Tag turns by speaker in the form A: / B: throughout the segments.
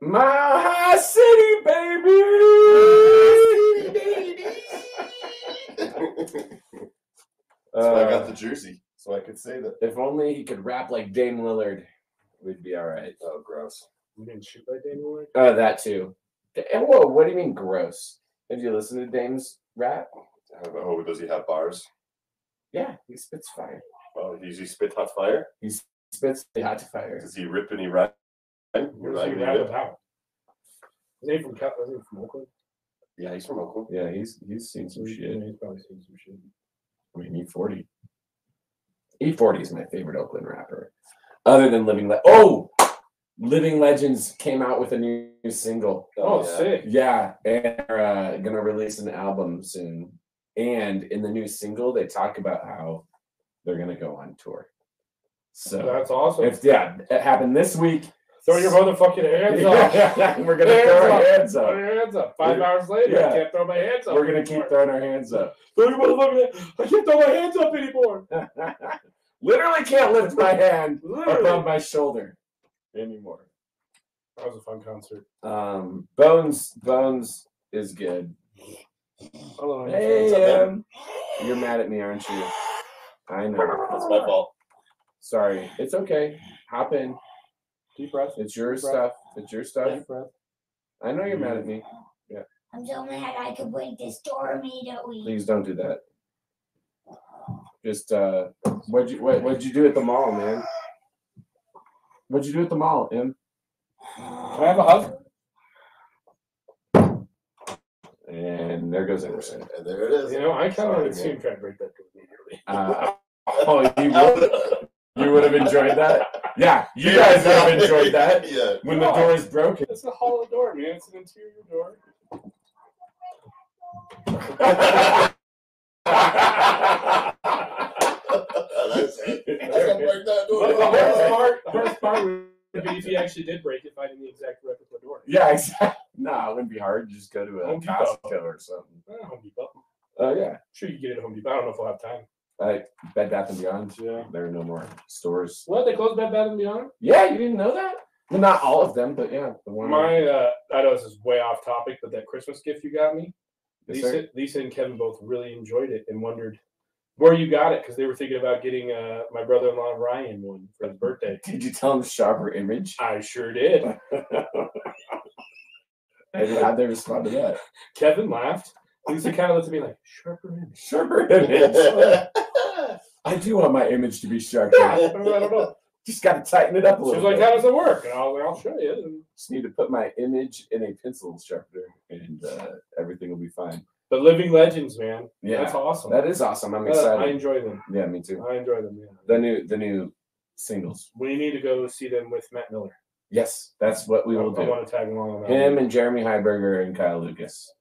A: My high city, baby.
B: That's why I
A: Uh,
B: got the jersey, so I could say that.
A: if only he could rap like Dame Lillard, we'd be all right.
B: Oh, gross.
C: We didn't shoot by Damian Lillard.
A: Uh, that too. Da- Whoa, what do you mean gross? Did you listen to Dame's rap?
B: Oh, does he have bars?
A: Yeah, he spits fire.
B: Oh, does he spit hot fire?
A: He s- spits the hot fire.
B: Does he rip any rhyme?
C: What was he rap about? Is he from Cal- is he from Oakland?
B: Yeah, he's from Oakland.
A: Yeah, he's he's seen some shit.
C: He's probably seen some shit.
A: I mean, E E40. E40 is my favorite Oakland rapper, other than Living Le- Oh, Living Legends came out with a new, new single.
B: Oh,
C: Oh,
B: yeah.
C: sick.
A: Yeah, and they're uh, gonna release an album soon. And in the new single, they talk about how they're gonna go on tour. So
C: That's awesome.
A: if yeah, it happened this week.
C: Throw your motherfucking hands up.
A: we're gonna throw our hands
C: Throw
A: up.
C: your hands up. Five hours later,
A: Yeah.
C: I can't throw my hands up.
A: We're gonna
C: anymore.
A: keep throwing our hands up.
C: Throw your motherfucking. I can't throw my hands up anymore.
A: Literally can't lift my hand
C: Literally.
A: above my shoulder anymore.
C: That was a fun concert.
A: Um, Bones, Bones is good.
C: Hello.
A: Em. you're mad at me, aren't you? I know.
B: That's my fault.
A: Sorry, it's okay. Hop in.
C: Deep breath.
A: It's your
C: Right.
A: stuff. It's your stuff.
C: Deep breath.
A: I know you're mad at me.
D: I'm so mad I could break this tornado. Please.
A: Please don't do that. Just uh, what'd you what what'd you do at the mall, man? What'd you do at the mall, Em?
C: Can I have a hug?
A: And there goes Emerson.
B: And there it is.
C: You know, I kind of
B: Sorry,
C: want to see
B: man.
C: him try to break that door immediately.
A: Uh, oh, you would, you would have enjoyed that. Yeah, you guys would have enjoyed that
B: Yeah.
A: when the door is broken.
C: It's a hollow door, man. It's an interior door.
B: That's it. That's how
A: That's
B: break that
C: But the hardest
B: door.
C: part, the hardest part would be if he actually did break it, finding the exact replica door.
A: Yeah, exactly. Nah, it wouldn't be hard. You just go to a
C: Home Depot.
A: Costco or something.
C: Eh, Home Depot.
A: Oh yeah,
C: Sure, you can get it at Home Depot. I don't know if we'll have time.
A: like Bed Bath and Beyond.
C: Yeah.
A: There are no more stores.
C: What? They closed Bed Bath and Beyond?
A: Yeah, you didn't know that? Well, not all of them, but yeah, the one.
C: My, uh, I know this is way off topic, but that Christmas gift you got me,
A: Yes, sir.
C: Lisa, Lisa and Kevin both really enjoyed it and wondered where you got it because they were thinking about getting uh, my brother-in-law Ryan one for his birthday.
A: Did you tell them sharper image?
C: I sure did.
A: And how'd they respond to that?
C: Kevin laughed. Lisa kind of looked at me like, sharper image.
A: Sharper image. I do want my image to be sharper.
C: I don't know, I don't know.
A: Just got to tighten it up a
C: She was
A: little
C: like,
A: bit.
C: how does it work? And I was like, I'll show you. And-
A: Just need to put my image in a pencil sharpener, and uh, everything will be fine.
C: But Living Legends, man.
A: Yeah,
C: That's awesome.
A: that is awesome. I'm
C: Uh, I
A: excited.
C: enjoy them.
A: yeah, me too.
C: I enjoy them, yeah.
A: The new the new singles.
C: We need to go see them with Matt Miller.
A: Yes, that's what we will
C: I, I
A: do.
C: want to tag along on that.
A: Him and Jeremy Heiberger and Kyle Lucas.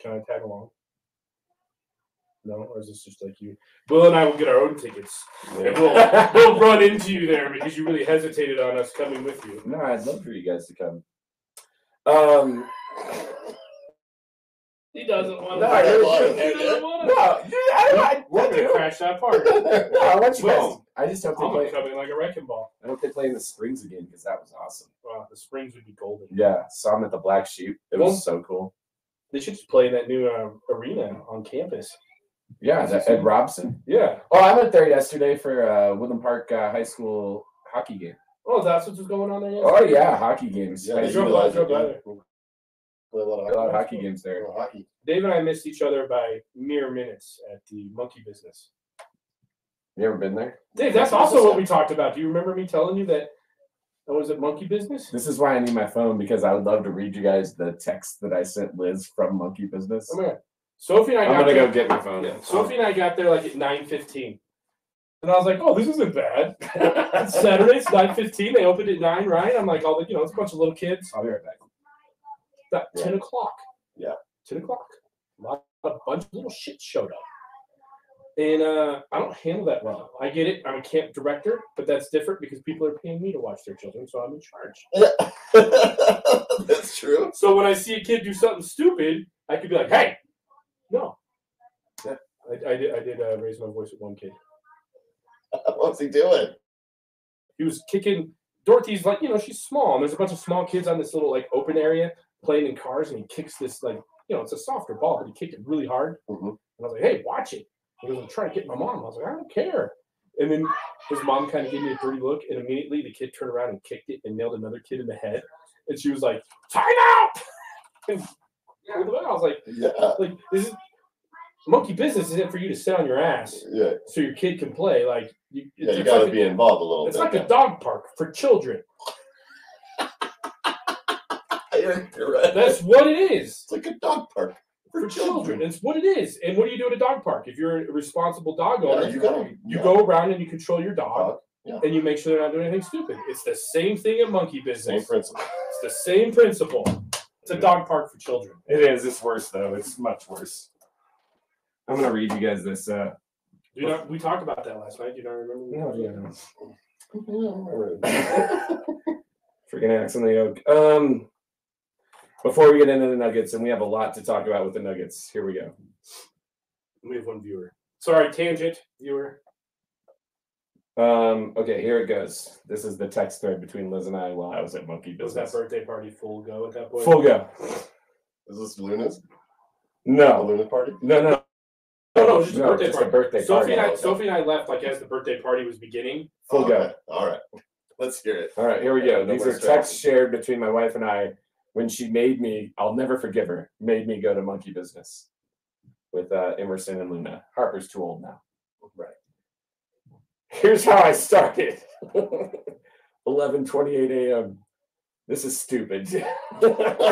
C: Can I tag along? No, or is this just like you? Will and I will get our own tickets. And we'll,
A: no,
C: we'll run into you there because you really hesitated on us coming with you.
A: I'd love for you guys to come. Um,
C: He doesn't want
A: No, I really shouldn't.
C: He doesn't want
A: no, you- I, I, I
C: We're going to
A: do.
C: crash that park.
A: No, I want you guys.
C: Well,
A: I just hope they
C: I'm going
A: play.
C: to come in like a wrecking ball.
A: I hope they play in the Springs again because that was awesome.
C: Wow, the springs would be golden.
A: Yeah, saw him at the Black Sheep. It
C: Well-
A: was so cool.
C: They should just play in that new uh,
A: um,
C: arena on campus.
A: Yeah,
C: Is
A: that,
C: this
A: Ed Robson.
C: Yeah.
A: Oh, I went there yesterday for uh, Woodland Park uh, High School hockey game.
C: Oh, that's what's going on there. yeah?
A: Oh yeah, hockey games.
B: Yeah,
A: High
B: you
A: school-
C: drove by,
B: realize
C: drove
B: you
C: by
B: do
C: there.
B: play a lot
A: a lot of
B: of
A: hockey games there.
B: Oh, hockey.
C: Dave and I missed each other by mere minutes at the monkey business.
A: You ever been there?
C: Dave, that's
B: Monkey
C: also
B: business,
C: what
B: yeah.
C: we talked about. Do you remember me telling you that? Oh, was it monkey business?
A: This is why I need my phone because I would love to read you guys the text that I sent Liz from Monkey Business.
C: Oh my god. Sophie and I
A: I'm
C: got
A: gonna
C: there,
A: go get my phone.
C: yeah, Sophie and I got there like at nine fifteen, and I was like, "Oh, this isn't bad." It's Saturday, it's nine fifteen. They opened at nine, right? I'm like, "All the you know, it's a bunch of little kids."
A: I'll be right back.
C: About ten o'clock.
B: Yeah.
C: ten o'clock. A, lot, a bunch of little shit showed up, and uh, I don't handle that well. I get it. I'm a camp director, but that's different because people are paying me to watch their children, so I'm in charge.
B: That's true.
C: So when I see a kid do something stupid, I could be like, "Hey, I did. I did uh, raise my voice at one kid.
B: What's he doing?
C: He was kicking. Dorothy's like, you know, she's small, and there's a bunch of small kids on this little like open area playing in cars, and he kicks this like, you know, it's a softer ball, but he kicked it really hard.
B: Mhm.
C: And I was like, hey, watch it. He goes, I'm trying to get my mom. I was like, I don't care. And then his mom kind of gave me a dirty look, and immediately the kid turned around and kicked it and nailed another kid in the head, and she was like, time out. and pulled him out. I was like,
B: Yeah,
C: like this is monkey business isn't for you to sit on your ass
B: yeah,
C: so your kid can play. Like you, it's,
B: yeah. You
C: it's
B: got to
C: like
B: be involved a little
C: a, it's
B: bit.
C: like a dog park for children.
B: You're right.
C: That's what it is
B: it's like a dog park
C: for children. It's what it is. And what do you do at a dog park if you're a responsible dog owner?
B: Yeah, you gotta-
C: you
B: yeah.
C: go around and you control your dog.
B: Dog, yeah.
C: And you make sure they're not doing anything stupid. It's the same thing at monkey
B: Same
C: business.
B: principle.
C: It's the same principle. It's a dog park for children.
A: It is. It's worse though. It's much worse. I'm gonna read you guys this. Uh,
C: Do you not, we talked about that last night. Do you not remember?
A: Freaking axe on the yoke. Um, before we get into the Nuggets, and we have a lot to talk about with the Nuggets. Here we go.
C: We have one viewer. Sorry, tangent viewer.
A: Um, okay, here it goes. This is the text thread between Liz and I while I was at Monkey
C: Was that
A: Business.
C: birthday party full go at that point?
A: Full go.
B: Is this Luna's? A
A: No,
B: Luna party?
A: no, no.
C: No, no, it was just a birthday
A: just
C: party.
A: a birthday
C: Sophie
A: party.
C: and I,
B: Okay.
C: Sophie and I left like as the birthday party was beginning.
A: Full go.
B: Okay, All right. Let's hear it.
A: All right, here we go.
B: No
A: These
B: more
A: are texts shared between my wife and I when she made me, I'll never forgive her, made me go to monkey business with uh, Emerson and Luna. Harper's too old now.
B: Right.
A: Here's how I started 11:28 a.m. This is stupid.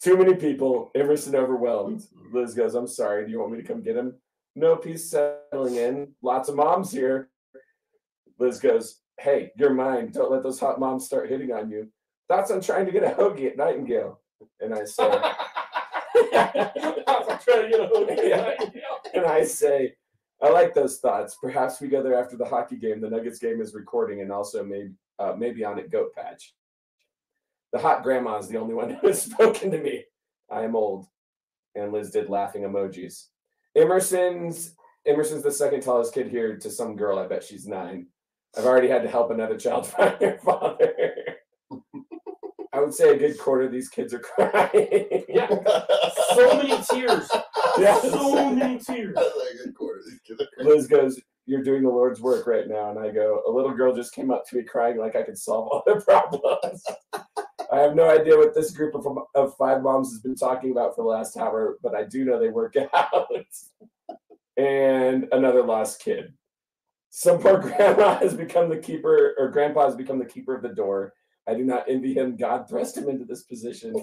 A: too many people. Emerson overwhelmed. Liz goes, I'm sorry. Do you want me to come get him? Nope, he's settling in. Lots of moms here. Liz goes, Hey, you're mine. Don't let those hot moms start hitting on you. Thoughts on trying to get a hoagie at Nightingale? And I say,
C: I was trying to get a hold of you.
A: and I say, I like those thoughts. Perhaps we go there after the hockey game. The Nuggets game is recording, and also maybe uh, maybe on at Goat Patch. The hot grandma is the only one who has spoken to me. I am old, and Liz did laughing emojis. Emerson's Emerson's the second tallest kid here to some girl. I bet she's nine. I've already had to help another child find their father. I would say a good quarter of these kids are crying.
C: Yeah, so many tears. So many tears.
B: That's like a good quarter. These kids are crazy.
A: Liz goes, You're doing the Lord's work right now. And I go, A little girl just came up to me crying like I could solve all their problems. I have no idea what this group of, of five moms has been talking about for the last hour, but I do know they work out. and another lost kid. Some poor grandma has become the keeper, or grandpa has become the keeper of the door. I do not envy him. God thrust him into this position.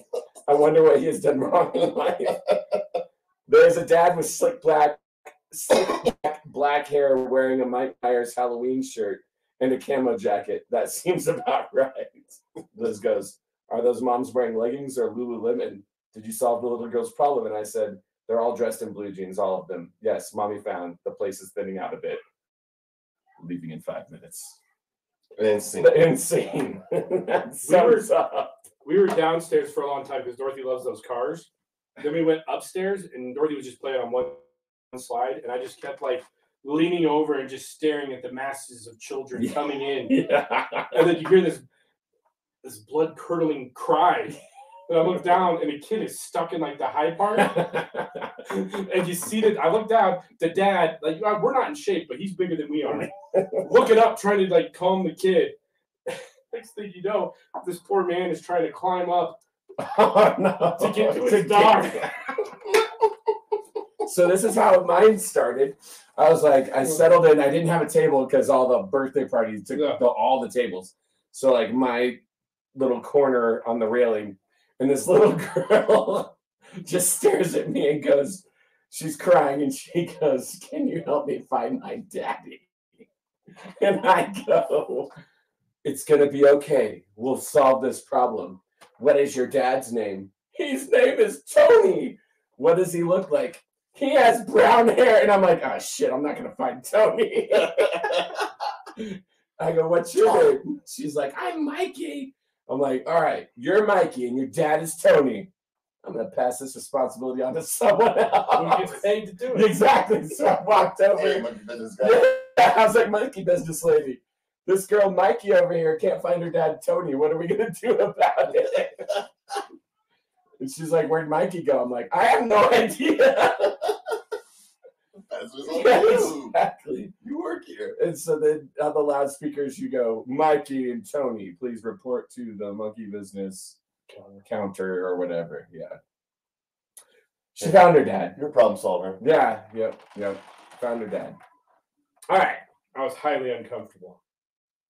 A: I wonder what he has done wrong in life. There's a dad with slick black, slick black, black hair wearing a Mike Myers Halloween shirt and a camo jacket. That seems about right. Liz goes, Are those moms wearing leggings or Lululemon? Did you solve the little girl's problem? And I said, They're all dressed in blue jeans, all of them. Yes, mommy found the place is thinning out a bit. Leaving in five minutes.
B: Insane.
A: Insane. that sums up.
C: We were downstairs for a long time because Dorothy loves those cars. Then we went upstairs and Dorothy was just playing on one one slide, and I just kept like leaning over and just staring at the masses of children
A: Yeah.
C: coming in.
A: Yeah.
C: and then you hear this this blood curdling cry. And I look down, and the kid is stuck in like the high part. And you see that I look down, the dad, like uh, we're not in shape, but he's bigger than we are. Looking up, trying to like calm the kid. Next thing you know, this poor man is trying to climb up
A: oh, no.
C: to get to
A: To get-
C: his dog.
A: So this is how mine started. I was like,
C: Mm.
A: I settled in. I didn't have a table because all the birthday parties took
C: Yeah.
A: the, all the tables. So like my little corner on the railing, and this little girl just stares at me and goes, she's crying and she goes, "Can you help me find my daddy?" And I go, "It's gonna be okay. We'll solve this problem. What is your dad's name? His name is Tony. What does he look like?" he has brown hair. And I'm like, oh shit, I'm not gonna find Tony. I go, what's your name? She's like, I'm Mikey. I'm like, all right, you're Mikey and your dad is Tony. I'm gonna pass this responsibility on to someone
C: Who
A: else.
C: gets paid to do it?
A: exactly. So I walked
B: Hey,
A: over.
B: monkey business guy.
A: Yeah, I was like, monkey business lady. This girl Mikey over here can't find her dad Tony. What are we gonna do about it? and she's like, Where'd Mikey go? I'm like, I have no idea.
B: That's what's on
A: Yeah,
B: you.
A: exactly.
B: You work here.
A: And so then on the loudspeakers, you go, Mikey and Tony, please report to the monkey business counter or whatever. Yeah. She found her dad.
B: You're a problem solver.
A: Yeah. Yep. Yep. Found her dad.
C: All right. I was highly uncomfortable.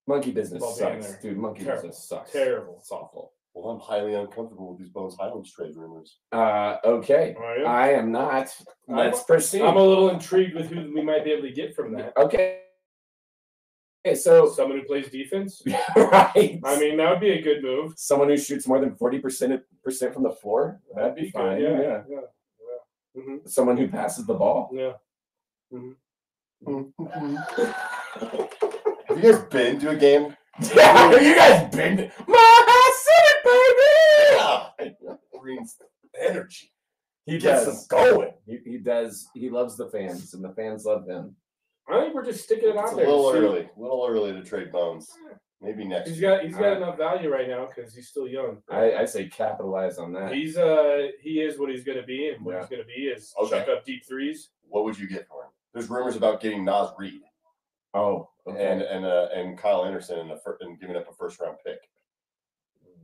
A: Monkey business
C: Well, being
A: sucks,
C: there.
A: dude. Monkey
C: Terrible.
A: business sucks.
C: Terrible.
A: It's awful.
B: Well, I'm highly uncomfortable with these Bones Highlands trade rumors.
A: Uh, okay.
C: Are you?
A: I am not.
C: I'm-
A: Let's proceed.
C: I'm a little intrigued with who we might be able to get from that.
A: okay. Okay. So,
C: Someone who plays defense.
A: right.
C: I mean, that would be a good move.
A: someone who shoots more than 40% percent from the floor.
C: That'd be
A: fine.
C: good. Yeah. Yeah. Yeah. Mhm,
A: Someone who passes the ball.
C: yeah. Mm-hmm.
B: Have you guys been to a game?
A: Yeah, you guys been to my city, baby.
B: Yeah. Brings energy.
A: He
B: Gets
A: does.
B: them going.
A: He, he does. He loves the fans, and the fans love him.
C: I think we're just sticking it
B: It's
C: out
B: a
C: there.
B: little
C: See-
B: early. A little early to trade Bones. Maybe next
C: He's
B: year.
C: got he's got
A: Alright.
C: enough value right now because he's still young.
B: uh,
A: I, I say capitalize on that.
C: He's uh he is what he's gonna be, and what he's gonna be is
B: Okay.
C: chuck up deep threes.
B: What would you get for him? There's rumors about getting Nas Reed
A: oh, okay.
B: and and uh, and Kyle Anderson and, a fir- and giving up a first round pick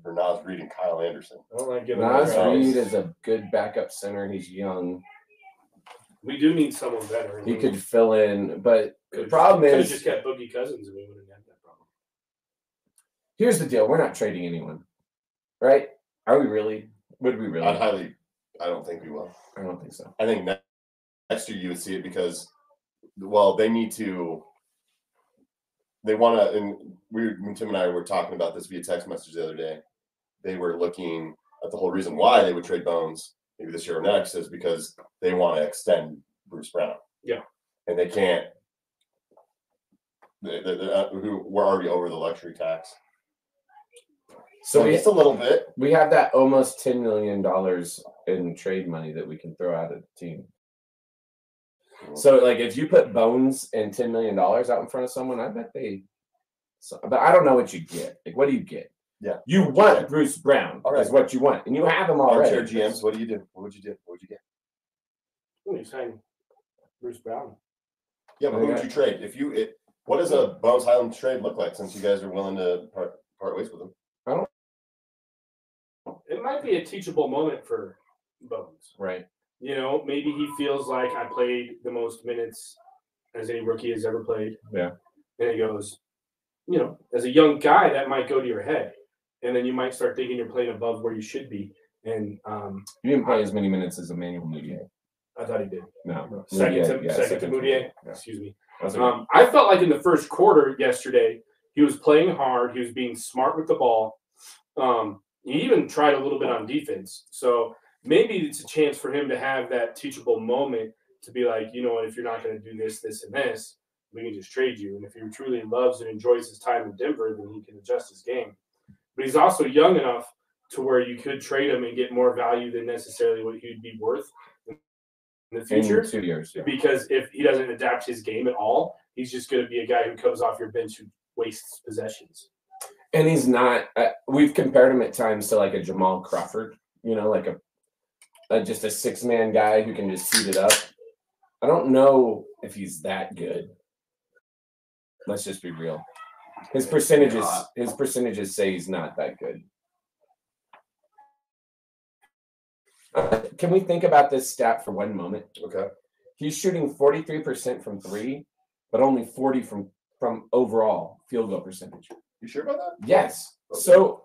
B: for Nas Reed and Kyle Anderson.
C: I don't like giving up
A: Nas
B: Nice.
C: guys.
A: Reed is a good backup center. He's young.
C: We do need someone better.
A: He could fill in, but the problem
C: could
A: is,
C: just got Boogie Cousins, and we wouldn't have that problem.
A: here's the deal: we're not trading anyone, right? Are we really? Would we really?
B: I'd highly. I don't think we will.
A: I don't think so.
B: I think ne- next year you would see it because, well, they need to. They want to, and we, when Tim and I were talking about this via text message the other day. They were looking at the whole reason why they would trade Bones maybe this year or next is because they want to extend Bruce Brown.
C: Yeah.
B: and they can't. They, they, they're not- who- we're already over the luxury tax,
A: So we
B: just a little bit.
A: we have that almost ten million dollars in trade money that we can throw out at the team. So like if you put bones and ten million dollars out in front of someone, I bet they so, but I don't know what you get. Like what do you get?
B: Yeah.
A: You want Bruce Brown
B: All right.
A: is what you want. And you have him already.
B: Armchair GMs, what do you do? What would you do? What would you get?
C: Ooh, he's saying Bruce Brown.
B: Yeah, but who would
A: Okay.
B: you trade? If you, it, what does a Bones Highland trade look like since you guys are willing to part, part ways with them?
C: It might be a teachable moment for Bones.
A: Right.
C: You know, maybe he feels like I played the most minutes as any rookie has ever played.
A: Yeah.
C: And he goes, you know, as a young guy, that might go to your head. And then you might start thinking you're playing above where you should be. And um,
A: You didn't play as many minutes as Emmanuel Moutier.
C: I thought he did.
A: No.
C: Second
A: Moutier,
C: to,
A: yeah,
C: second to Moutier.
A: Yeah.
C: Excuse me.
A: That's okay.
C: Um, I felt like in the first quarter yesterday, he was playing hard. He was being smart with the ball. Um, he even tried a little bit on defense. So maybe it's a chance for him to have that teachable moment to be like, you know what, if you're not going to do this, this, and this, we can just trade you. And if he truly loves and enjoys his time in Denver, then he can adjust his game. But he's also young enough to where you could trade him and get more value than necessarily what he'd be worth in the
A: In
C: future
A: two years. Yeah.
C: because if he doesn't adapt his game at all, he's just going to be a guy who comes off your bench who wastes possessions.
A: And he's not. Uh, we've compared him at times to like a Jamal Crawford, you know, like a, a just a six man guy who can just heat it up. I don't know if he's that good. Let's just be real. His percentages,
B: Not.
A: his percentages say he's not that good. Uh, Can we think about this stat for one moment?
B: Okay.
A: He's shooting forty three percent from three, but only forty from from overall field goal percentage.
B: You sure about that?
A: Yes. So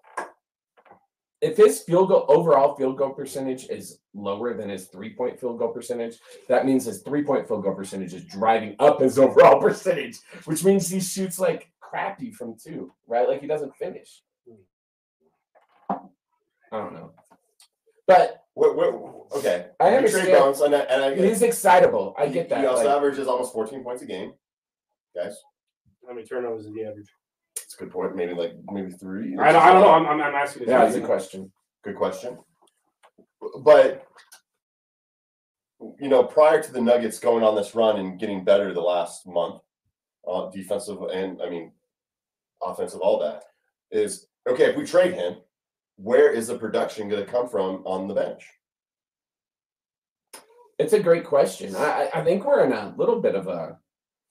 A: if his field goal overall field goal percentage is lower than his three point field goal percentage, that means his three point field goal percentage is driving up his overall percentage, which means he shoots like crappy from two, right? Like he doesn't finish. I don't know. But
B: What, what, okay.
A: I
B: You
A: understand.
B: Trade Bones, and I, and I
A: he's excitable. I get that.
B: He also
A: like-
B: averages almost 14 points a game. Guys,
C: How many turnovers did he average?
B: that's a good point. Maybe like maybe three.
C: I don't, I don't know. I'm, I'm, I'm asking. this
A: yeah, it's a
C: question.
A: question.
B: Good question. but you know, prior to the Nuggets going on this run and getting better the last month, uh, defensive and I mean, offensive, all that is okay. If we trade him, where is the production going to come from on the bench?
A: It's a great question. I, I I think we're in a little bit of a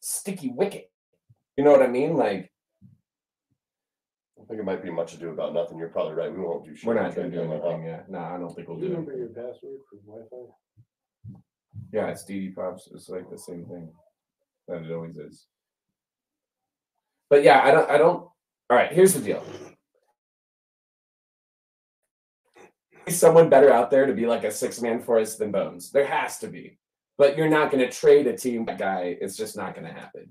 A: sticky wicket. You know what I mean? Like
B: I think it might be much ado about nothing. You're probably right. We won't do shit.
A: we're
B: and
A: not
B: trade
A: going to do
B: him, huh?
A: anything. Yeah, no, I don't think we'll
C: Do you
A: do
C: remember
A: it.
C: your password for Wi-Fi?
A: Yeah, it's DD pops. It's like the same thing that it always is. But yeah, I don't. I don't. All right, here's the deal. There's Someone better out there to be like a six man force than Bones. There has to be. But you're not going to trade a team that guy. It's just not going to happen.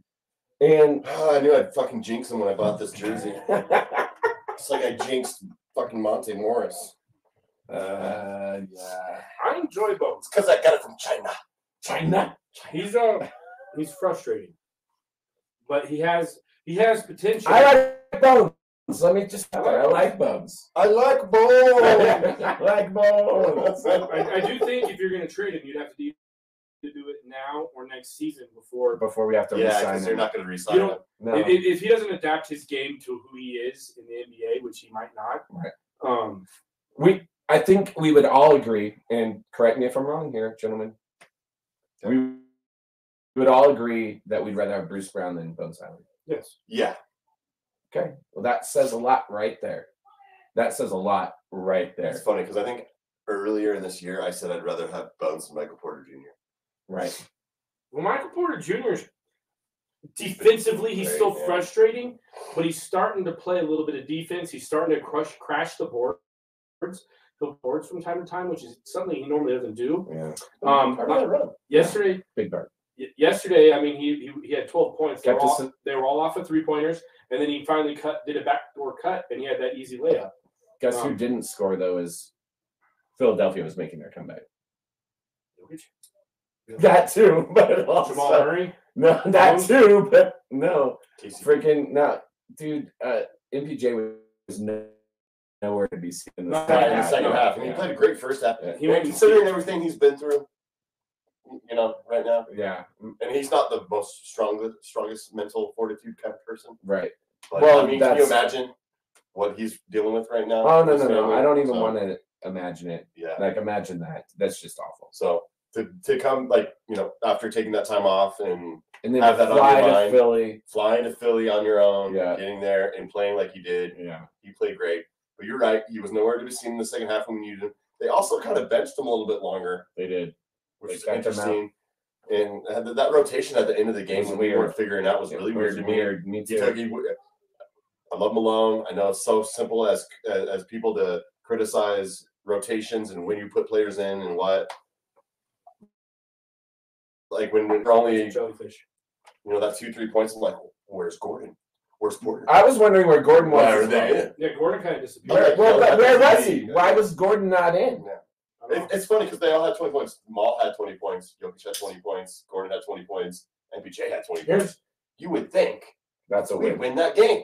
A: And
B: Ah, I knew I'd fucking jinx him when I bought this jersey. It's like I jinxed fucking Monte Morris.
A: uh, yeah,
C: I enjoy both.
B: It's because I got it from China.
A: China.
C: He's uh he's frustrating, but he has he has potential.
A: I like Bones. Let me just. I like Bones.
B: I like ball.
A: I like Bones.
C: I, I do think if you're going to trade him, you'd have to do, to do it now or next season before.
A: Before we have to
B: yeah,
A: resign
B: because you're
A: him.
B: not going to
C: You
B: resign
C: don't-
B: him.
A: no.
C: If, if- if he doesn't adapt his game to who he is in the NBA, which he might not,
A: Right.
C: um,
A: we I think we would all agree, and correct me if I'm wrong here, gentlemen. We would all agree that we'd rather have Bruce Brown than Bones Island.
C: yes,
B: Yeah,
A: Okay. Well, that says a lot right there. That says a lot right
B: it's
A: there.
B: funny because I think earlier in this year I said I'd rather have Bones than Michael Porter Jr.
A: Right.
C: well, Michael Porter Jr. is defensively he's still
B: Very good.
C: frustrating, but he's starting to play a little bit of defense. He's starting to crush crash the boards, the boards from time to time, which is something he normally doesn't do.
A: Yeah.
C: Um,
B: I'd rather run him.
C: yesterday,
A: Big bird.
C: y- yesterday, I mean, he he, he had 12 points. They were,
A: Kept us
C: all, they were all off of three pointers, and then he finally cut did a backdoor cut, and he had that easy layup.
A: Guess who
C: Um,
A: didn't score though is Philadelphia was making their comeback. That too, but also
C: Jamal Murray.
A: no, that too, but no.
B: Casey.
A: Freaking no, dude. Uh, MPJ was no, nowhere to be seen in the
C: Not
B: Yeah,
A: second
B: in the
A: half.
B: second half. and he
A: Yeah.
B: played a great first half.
A: Yeah.
C: He went-
B: considering everything he's been through, you know, right now,
A: Yeah,
B: and he's not the most strongest, strongest mental fortitude kind of person.
A: right.
B: But
A: Well,
B: I mean, can you
A: that's-
B: imagine what he's dealing with right now?
A: Oh no,
B: His
A: no, no.
B: family,
A: I don't even
B: so,
A: want to imagine it.
B: Yeah.
A: Like, imagine that. That's just awful.
B: So to to come like you know after taking that time off and
A: And then
B: Have that on
A: fly
B: your
A: to
B: mind.
A: Philly.
B: flying to Philly on your own,
A: Yeah.
B: getting there and playing like you did,
A: Yeah,
B: he played great. But you're right, he was nowhere to be seen in the second half when you did. They also kind of benched him a little bit longer,
A: they did. They
B: which is
A: cut him out.
B: interesting. And uh, th- that rotation at the end of the game
A: was
B: when we
A: weird.
B: weren't figuring out was really
A: It
B: weird to me.
A: weird. Me
B: He took-
A: too.
B: he w- I love Malone. I know it's so simple as as as people to criticize rotations and when you put players in and what. Like when we're only you
C: Jellyfish.
B: know that two three points, I'm like, where's Gordon? Where's Porter?
A: I was wondering where Gordon was.
B: Where
A: as
B: they
A: well.
B: is.
C: Yeah, Gordon kind of
A: Where,
C: disappeared.
A: well,
B: Yeah,
A: but where
B: that's
A: was he?
B: me.
A: Why was Gordon not in?
C: I don't
B: It,
C: know.
B: it's funny because they all had 20 points. Maul had 20 points. Jokic had 20 points. Gordon had 20 points. MPJ had 20 points.
C: Here's-
B: You would think
A: That's a
B: we'd
A: weird.
B: win that game.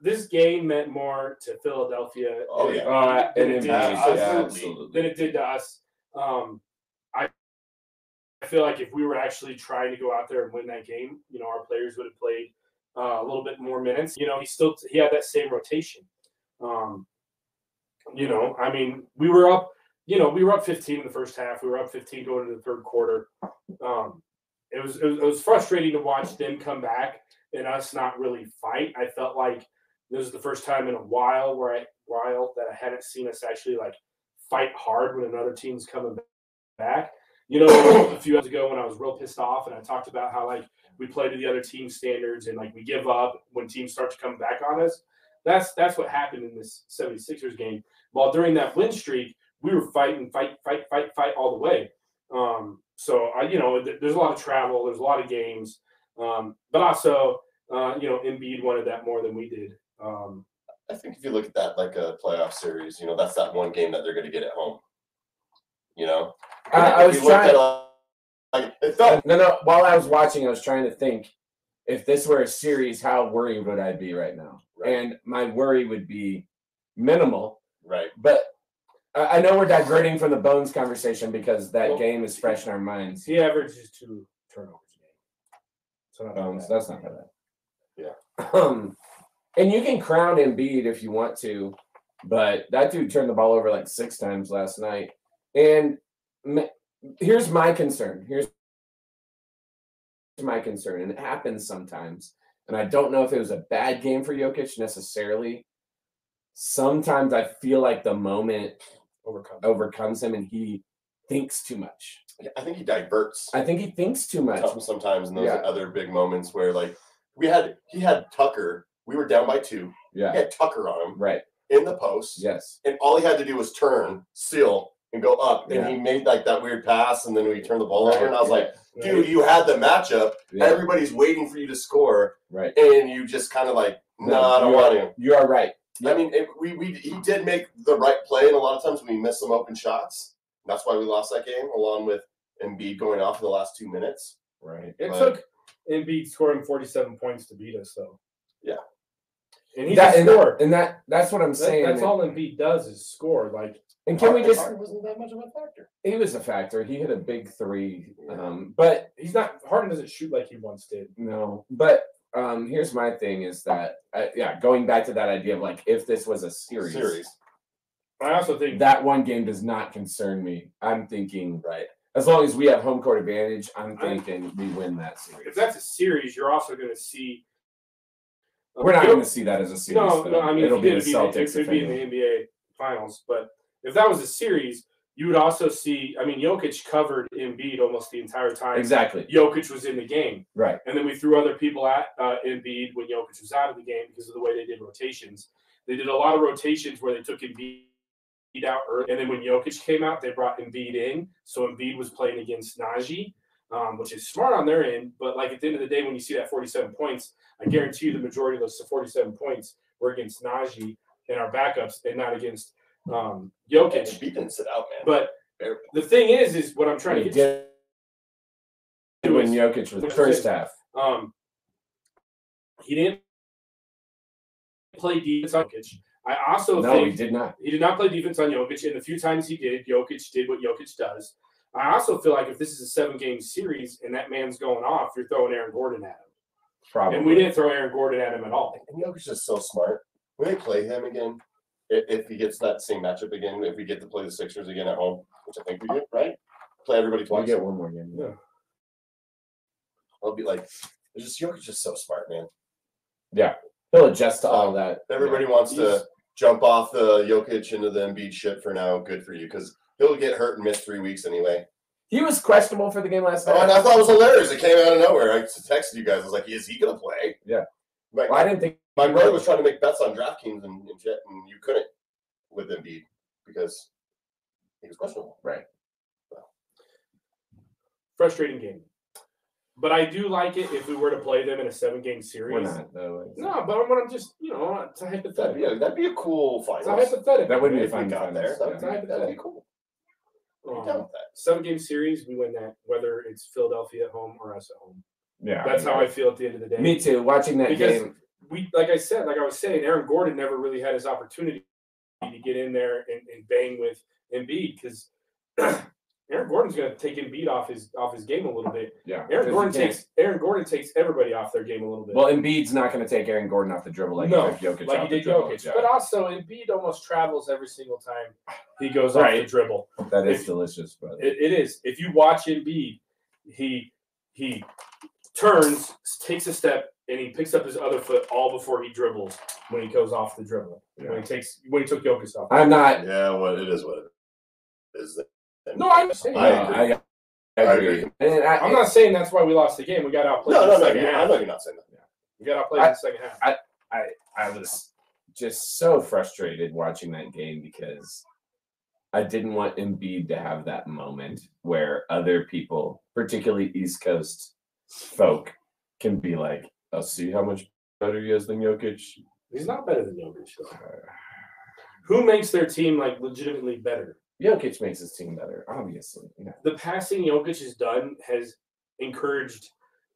C: This game meant more to Philadelphia
B: Oh, yeah.
A: Uh,
C: Than
A: and MPJ,
C: it did
A: yeah,
C: to uh, us.
B: absolutely.
C: than it did to us. Um, I I feel like if we were actually trying to go out there and win that game, you know, our players would have played uh, a little bit more minutes. You know, he still he had that same rotation. Um, you know, I mean, we were up. You know, we were up 15 in the first half. We were up 15 going into the third quarter. Um, it was it was, it was frustrating to watch them come back and us not really fight. I felt like this was the first time in a while where I while that I hadn't seen us actually like fight hard when another team's coming back. You know, a few years ago when I was real pissed off and I talked about how like we play to the other team's standards and like we give up when teams start to come back on us. That's that's what happened in this 76ers game. While during that win streak, we were fighting, fight, fight, fight, fight all the way. Um, so I, you know, th- there's a lot of travel, there's a lot of games, um, but also, uh, you know, Embiid wanted that more than we did. Um,
B: I think if you look at that like a playoff series, you know, that's that one game that they're going to get at home. You know?
A: I, I
B: If
A: was
B: you look
A: trying.
B: at, uh, like, it felt
A: Uh, no, no. While I was watching, I was trying to think if this were a series, how worried would I be right now?
B: Right.
A: And my worry would be minimal,
B: right.
A: but I I know we're diverting from the bones conversation because that
C: Well-
A: game is fresh in our minds.
C: He averages two turnovers a game. So not
A: Bones,
C: bad.
A: Um, that's not bad. Um, and you can crown Embiid if you want to, but that dude turned the ball over like six times last night. And m- here's my concern. Here's my concern, and it happens sometimes. And I don't know if it was a bad game for Jokic necessarily. Sometimes I feel like the moment
C: overcome.
A: overcomes him, and he thinks too much.
B: I think he diverts
A: I think he thinks too much.
B: some- sometimes in those
A: Yeah.
B: other big moments where like we had he had Tucker. We were down by two. He
A: Yeah.
B: had Tucker on him
A: Right.
B: in the post,
A: Yes.
B: and all he had to do was turn, seal, and go up. And
A: Yeah.
B: he made like that weird pass, and then we turned the ball
A: Right,
B: over. And I was
A: yeah,
B: like, dude, you had the matchup.
A: Yeah.
B: Everybody's waiting for you to score,
A: Right.
B: and you just kind of like, no, I don't
A: you
B: want
A: are-
B: to.
A: You are right.
B: I mean, it, we we he did make the right play, and a lot of times we missed some open shots. That's why we lost that game, along with Embiid going off in the last two minutes.
A: Right.
C: It
B: But-
C: took Embiid scoring 47 points to beat us, though.
B: Yeah.
C: And he
A: That-
C: can
A: and,
C: score.
A: and that that's what I'm
C: That-
A: saying.
C: that's all Embiid does is score. Like,
A: And can we
B: Harden-
A: just
B: Harden wasn't that much of a factor?
A: he was a factor. He hit a big three. Um, but
C: he's not, Harden doesn't shoot like he once did.
A: no, but um here's my thing is that uh, yeah, going back to that idea of like if this was a series,
B: Series.
C: I also think
A: that one game does not concern me. I'm thinking right. As long as we have home court advantage, I'm
C: I-
A: thinking we win that series.
C: if that's a series, you're also going to see.
A: We're not
C: It'll-
A: going to see that as a series.
C: No,
A: though.
C: no. I mean,
A: it'll
C: if
A: be
C: you
A: the
C: did, it'd be,
A: Celtics.
C: it
A: if
C: would be in the
A: anything.
C: NBA Finals. But if that was a series, you would also see. I mean, Jokic covered Embiid almost the entire time.
A: exactly
C: Jokic was in the game,
A: right.
C: and then we threw other people at uh, Embiid when Jokic was out of the game because of the way they did rotations. They did a lot of rotations where they took Embiid out early, and then when Jokic came out, they brought Embiid in. So Embiid was playing against Najee, um, which is smart on their end. But like at the end of the day, when you see that 47 points, I guarantee you the majority of those 47 points were against Najee and our backups, and not against um,
B: Okay,
C: Jokic.
B: Embiid didn't sit out, man.
C: But the thing is, is what I'm trying
A: He
C: to get
A: did
C: to
A: when
C: is
A: Jokic was
C: was
A: first
C: it-
A: half.
C: Um, he didn't play defense on Jokic. I also
A: No,
C: think
A: he did not.
C: he did not play defense on Jokic, and the few times he did, Jokic did what Jokic does. I also feel like if this is a seven-game series and that man's going off, you're throwing Aaron Gordon at him,
A: Probably.
C: and we didn't throw Aaron Gordon at him at all.
B: And Jokic's just so smart. When they play him again, if, if he gets that same matchup again, if we get to play the Sixers again at home, which I think we do, right? Play everybody
A: We
B: twice.
A: get one more game.
C: Yeah.
B: I'll be like, it's just Jokic's just so smart, man.
A: He'll adjust to all that.
B: Everybody wants
C: He's-
B: to jump off the Jokic into the Embiid shit for now. Good for you, because he'll get hurt and miss three weeks anyway.
A: He was questionable for the game last
B: Oh,
A: night.
B: and I thought it was hilarious. It came out of nowhere. I texted you guys. I was like, is he gonna play?
A: Yeah.
B: Like,
A: Well, I didn't think.
B: My brother was trying to make bets on DraftKings and, and shit, and you couldn't with Embiid because he was questionable.
A: Right.
C: Frustrating game, but I do like it if we were to play them in a seven-game
A: We're
C: series.
A: not though.
C: No, but I'm, what I'm just you know it's a
B: That'd be
C: hypothetical.
B: a, that'd be a cool
C: It's a
B: final.
C: hypothetical.
A: That would be a
B: If we
A: fun
B: got
A: time.
B: there, that'd,
C: yeah.
B: be, that'd be cool. I'm down
C: Um,
B: with that.
C: seven game series, we win that, whether it's Philadelphia at home or us at home.
A: Yeah,
C: That's how I feel at the end of the day.
A: Me too. Watching that
C: Because-
A: game.
C: We, like I said, like I was saying, Aaron Gordon never really had his opportunity to get in there and, and bang with Embiid because Aaron Gordon's going to take Embiid off his off his game a little bit.
A: Yeah,
C: Aaron
A: 'cause you
C: Gordon
A: can't-
C: takes Aaron Gordon takes everybody off their game a little bit.
A: Well, Embiid's not going to take Aaron Gordon off the dribble like
C: No,
A: he took Jokic
C: like
A: off
C: he
A: the
C: did
A: dribble.
C: Jokic,
A: Yeah,
C: but also Embiid almost travels every single time he goes off
A: Right.
C: the dribble.
A: that is
C: if-
A: delicious, but
C: It, it is. If you watch Embiid, he he turns, takes a step, and he picks up his other foot all before he dribbles when he goes off the dribble. When he takes when he took Jokic off.
A: I'm not.
B: Yeah, well, it is what it is.
C: No, I understand.
B: I
A: no,
B: agree.
A: I,
B: I
A: agree.
B: agree.
A: And I,
C: I'm not saying that's why we lost the game. We got outplayed
B: No,
C: in the
B: no, no.
C: second
B: you- I
C: half.
B: know you're not saying that.
C: We got outplayed in the second half.
A: I was just so frustrated watching that game because I didn't want Embiid to have that moment where other people, particularly East Coast folk, can be like, I'll see how much better he is than Jokic.
C: He's not better than Jokic. Though. Who makes their team like legitimately better?
A: Jokic makes his team better, obviously. You know.
C: The passing Jokic has done has encouraged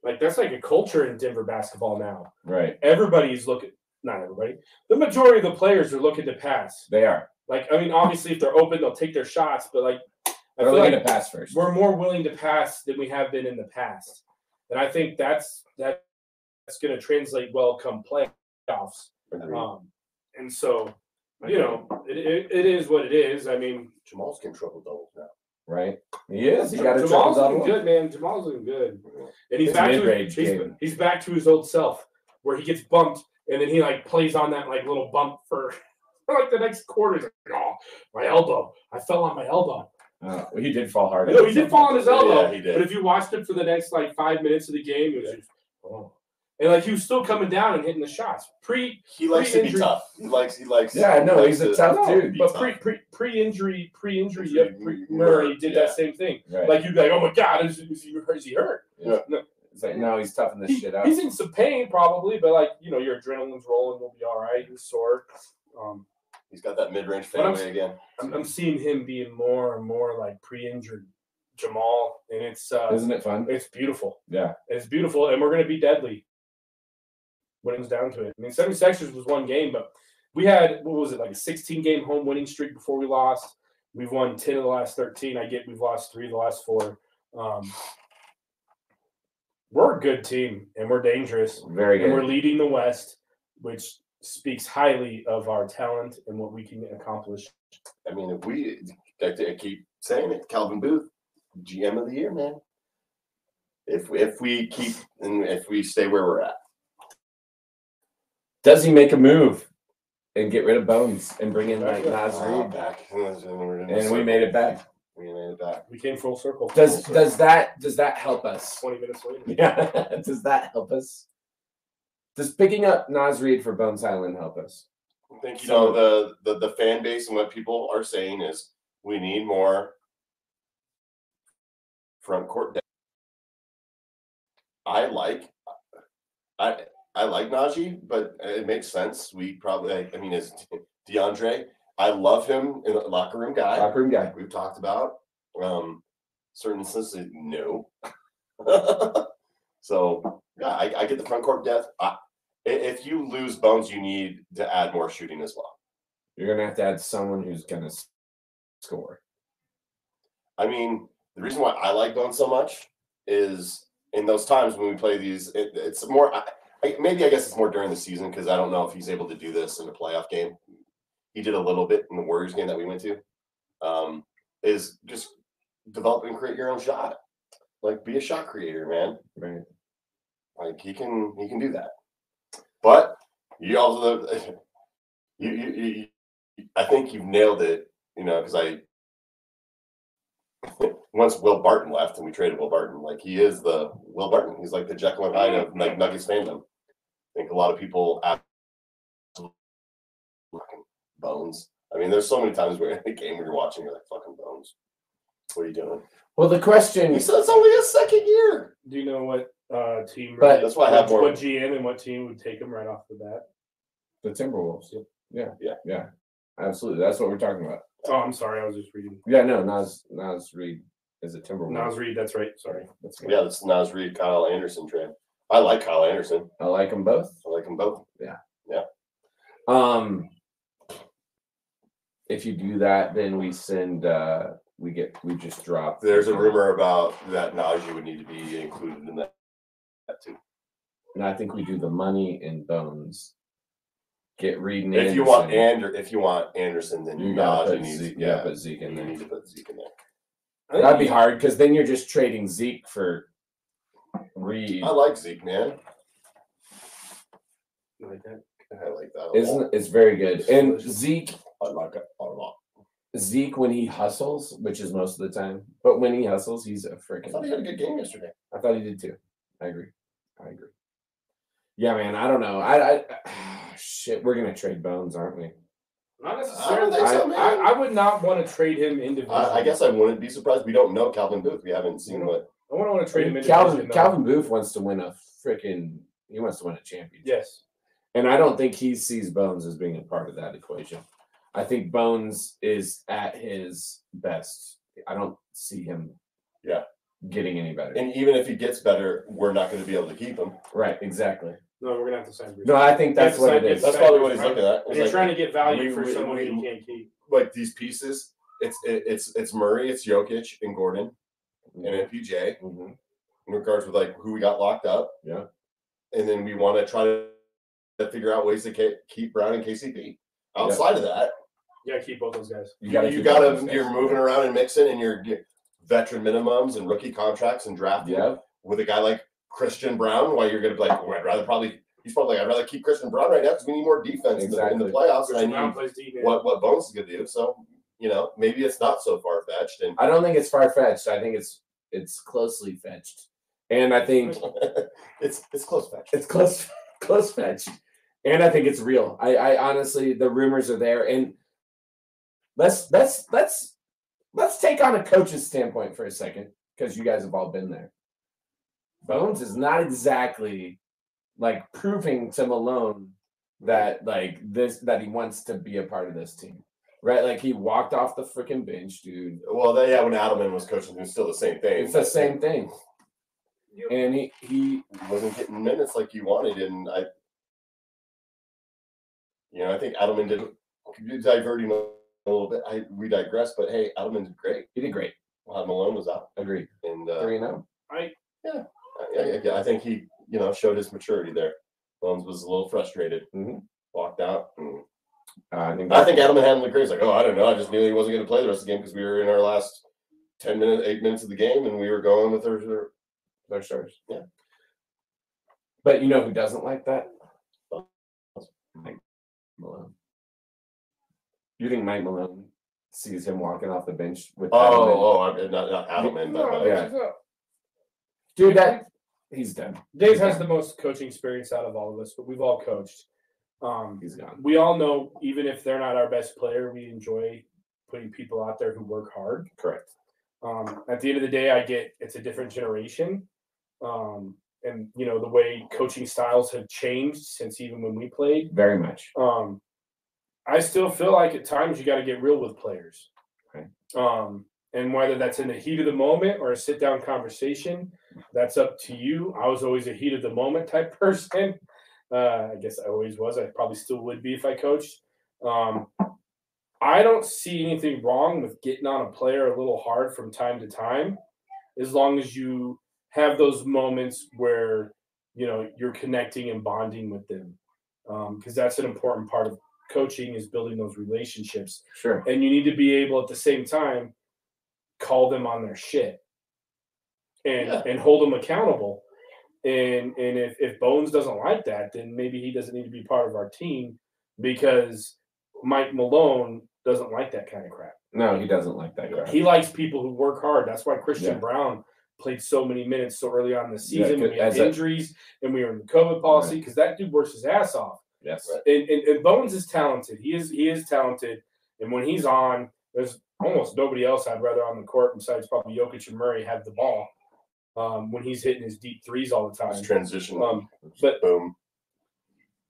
C: like that's like a culture in Denver basketball now.
A: Right.
C: everybody's looking not everybody the majority of the players are looking to pass
A: They are.
C: Like, I mean, obviously, if they're open, they'll take their shots, but like, I
A: They're
C: feel
A: looking
C: like
A: to pass first.
C: we're more willing to pass than we have been in the past, and I think that's that, that's going to translate well come playoffs.
B: Agreed.
C: Um, and so, you know, it, it, it is what it is. I mean,
B: Jamal's getting trouble doubles now.
A: Right? He is. He got a triple
C: Jamal's looking
A: double.
C: good, man. Jamal's looking good, and he's
A: It's
C: back to
A: mid-range
C: his, he's,
A: game.
C: he's back to his old self, where he gets bumped, and then he like plays on that like little bump for like the next quarter. He's like, oh, my elbow! I fell on my elbow.
A: Uh, well, he did fall hard.
C: No, he did fall on his
B: Yeah,
C: elbow.
B: he did.
C: But if you watched it for the next like five minutes of the game, it was just, oh. and like he was still coming down and hitting the shots. Pre,
B: He likes to be
C: Pre-injury-
B: tough. He likes. He likes.
A: Yeah, no,
B: likes
A: he's a
B: to-
A: tough
C: No,
A: dude.
C: but
B: Be
C: pre, pre, pre-injury, pre-injury,
B: Injury,
C: yeah, pre,
B: mm,
C: Murray did
B: yeah.
C: that same thing.
A: Right.
C: Like you'd be like, oh my god, is, is, he, is he hurt?
A: it's like, no, he's toughing this
C: He-
A: shit out.
C: He's in some pain probably, but like you know, your adrenaline's rolling. We'll be all right. He's sore. Um,
B: He's got that mid-range
C: What I'm-
B: fadeaway again.
C: I'm, I'm seeing him being more and more like pre-injured Jamal, and it's uh,
A: Isn't it fun?
C: it's beautiful.
A: Yeah.
C: It's beautiful, and we're going to be deadly when it comes down to it. I mean, 76ers was one game, but we had, what was it, like a 16 game home winning streak before we lost. We've won 10 of the last 13. I get we've lost three of the last four. Um, we're a good team, and we're dangerous,
A: Very
C: and we're
A: good.
C: leading the West, which speaks highly of our talent and what we can accomplish.
B: I mean, if we, I, I keep saying it, Calvin Booth, GM of the year, man. If if we keep and if we stay where we're at,
A: Does he make a move and get rid of Bones and bring in like Nas
B: Ah,
A: Reed?
B: back, and
A: And we made it back.
B: We made it back.
C: We came full circle.
A: Does
C: Full circle.
A: does that does that help us?
C: 20 minutes later.
A: Yeah. does that help us? Does picking up Nas Reed for Bones Island help us?
C: Thank you.
B: So the, the the fan base and what people are saying is we need more front court. depth. I like I I like Najee, but it makes sense. We probably I- I mean as DeAndre, I love him in the locker room guy.
A: Locker room guy.
B: like we've talked about. Um, certain instances, no. so yeah, I, I get the front court depth. I, i- if you lose Bones, you need to add more shooting as well.
A: You're gonna have to add someone who's gonna s- score.
B: I mean, the reason why I like Bones so much is in those times when we play these, it, it's more. I, I, maybe I guess it's more during the season because I don't know if he's able to do this in a playoff game. He did a little bit in the Warriors game that we went to. Um, is just develop and create your own shot. Like be a shot creator, man.
A: Right.
B: Like he can he can do that. But you also you, you, you- you I think you've nailed it, you know, because I once Will Barton left and we traded Will Barton, like he is the Will Barton. He's like the Jekyll and Hyde of like Nuggets fandom. I think a lot of people absolutely fucking bones. I mean, there's so many times where in the game when you're watching, you're like fucking bones. What are you doing?
A: Well, the question
B: He said it's only his second year.
C: Do you know what uh, team?
A: But-
B: That's why I have more.
C: what, what GM and what team would take him right off the bat?
A: The Timberwolves.
C: Yep.
A: Yeah.
B: Yeah.
A: Yeah. Absolutely. That's what we're talking about.
C: Oh, I'm sorry, I was just reading.
A: Yeah, no, Nas Nas Reed is a Timberwolves.
C: Nas Reed, that's right. Sorry.
A: That's
B: Yeah, that's Nas Reed, Kyle Anderson trade. I like Kyle Anderson.
A: I like them both.
B: I like them both.
A: Um if you do that, then we send uh we get we just drop
B: There's a rumor about that Najee would need to be included in that, that too.
A: and I think we do the money and bones. Get Reed and
B: If you want
A: Anderson.
B: Ander, if you want Anderson, then
A: you gotta
B: Najee
A: put
B: needs.
A: Zeke, you gotta
B: yeah,
A: put Zeke in
B: you need
A: there.
B: to put Zeke in there.
A: That'd be hard because then you're just trading Zeke for Reed.
B: I like Zeke, man.
C: Like that.
B: I like that. A lot.
A: Isn't it's very good. And Zeke
B: I like it a lot.
A: Zeke when he hustles, which is most of the time, but when he hustles, he's a
B: I
A: freaking.
B: thought he had a good game yesterday.
A: I thought he did too. I agree. I agree. Yeah, man. I don't know. I, I shit. We're gonna trade bones, aren't we?
C: Not
B: I don't
C: necessarily.
B: think
C: I,
B: so,
C: I,
B: man.
C: I would not want to trade him individually.
B: I, I guess I wouldn't be surprised. We don't know Calvin Booth. We haven't seen what.
C: I wouldn't want to trade him
A: Calvin
C: individually. no.
A: Calvin Booth wants to win a freaking. He wants to win a championship,
C: Yes.
A: and I don't think he sees Bones as being a part of that equation. I think Bones is at his best. I don't see him.
B: Yeah.
A: Getting any better.
B: And even if he gets better, we're not going to be able to keep him.
A: right. Exactly.
C: No, we're gonna have to sign. Bruce.
A: No, I think
C: Yeah,
A: that's what it
C: decide-
A: is.
B: That's probably what he's looking at.
C: And
B: He's
C: you're
B: like,
C: trying to get value
B: we-
C: for
B: we-
C: someone
B: we-
C: you can't keep.
B: like these pieces. It's it, it's it's Murray, it's Jokic and Gordon and then PJ
A: Mhm.
B: in regards with like who we got locked up.
A: Yeah.
B: And then we want to try to figure out ways to ke- keep Brown and KCP. Outside of that,
C: Yeah, keep both those guys.
B: you
A: You
B: got
A: gotta
B: you
A: keep
B: got
A: all those
B: to
A: guys.
B: you're moving around and mixing, and you're you're veteran minimums and rookie contracts and drafting
A: Yeah.
B: with a guy like Christian Brown. Why you're gonna be like, oh, I'd rather probably he's probably like, I'd rather keep Christian Brown right now because we need more defense in the- in, the,
A: Exactly.
B: playoffs. And I
C: Christian Brown
B: need
C: plays D man.
B: what what Bones is gonna do. So you know maybe it's not so far fetched. And
A: I don't think it's far fetched. I think it's it's closely fetched, and I think
B: it's it's close fetched.
A: it's close close fetched, and I think it's real. I I honestly the rumors are there, and let's let's let's let's take on a coach's standpoint for a second because you guys have all been there. Bones is not exactly like proving to Malone that like this that he wants to be a part of this team, right? Like he walked off the freaking bench, dude.
B: Well, that, yeah, when Adelman was coaching, it was still the same thing.
A: It's the same thing. And he, he
B: wasn't getting minutes like you wanted, and I, you know, I think Adelman did you're diverting a little bit. I we digress, but hey, Adelman did great.
A: he did great.
B: While Malone was out,
A: Agreed.
B: and uh,
A: Three and oh? zero.
B: I, I- I- I think he, you know, showed his maturity there. Bones was a little frustrated,
A: Mhm.
B: walked out. and-
A: Uh, I think.
B: I think Adelman handled it great. He's like, oh, I don't know, I just knew he wasn't going to play the rest of the game because we were in our last ten minutes, eight minutes of the game, and we were going with our, our
A: their stars.
B: Yeah.
A: But you know who doesn't like that?
B: Well-
A: Mike Malone. You think Mike Malone sees him walking off the bench with Edelman?
B: Oh, oh, I, not, not Adelman, but
C: No,
B: uh,
A: yeah.
C: it's not-
A: dude, that he's done.
C: Dave has the most coaching experience out of all of us, but we've all coached. Um,
A: He's gone.
C: we all know, even if they're not our best player, we enjoy putting people out there who work hard.
A: Correct.
C: Um, at the end of the day, I get it's a different generation, um, and you know the way coaching styles have changed since even when we played.
A: Very much.
C: Um, I still feel like at times you got to get real with players,
A: Right.
C: um, and whether that's in the heat of the moment or a sit down conversation, that's up to you. I was always a heat of the moment type person. Uh, I guess I always was. I probably still would be if I coached. Um, I don't see anything wrong with getting on a player a little hard from time to time, as long as you have those moments where you know you're connecting and bonding with them, because um, that's an important part of coaching is building those relationships
A: Sure.
C: and you need to be able at the same time call them on their shit and
B: Yeah.
C: and hold them accountable and and if, if bones doesn't like that then maybe he doesn't need to be part of our team because mike malone doesn't like that kind of crap
A: No, he doesn't like that guy.
C: he likes people who work hard that's why christian
A: Yeah.
C: brown played so many minutes so early on in the
A: Yeah,
C: season when we had
A: as a-
C: injuries and we were in the covid policy because that dude works his ass off
A: Yes.
C: and, and, and Bones is talented. He is he is talented. And when he's on, there's almost nobody else I'd rather on the court besides probably Jokic and Murray have the ball. Um, when he's hitting his deep threes all the
B: his
C: time.
B: transition.
C: Um, but
B: boom.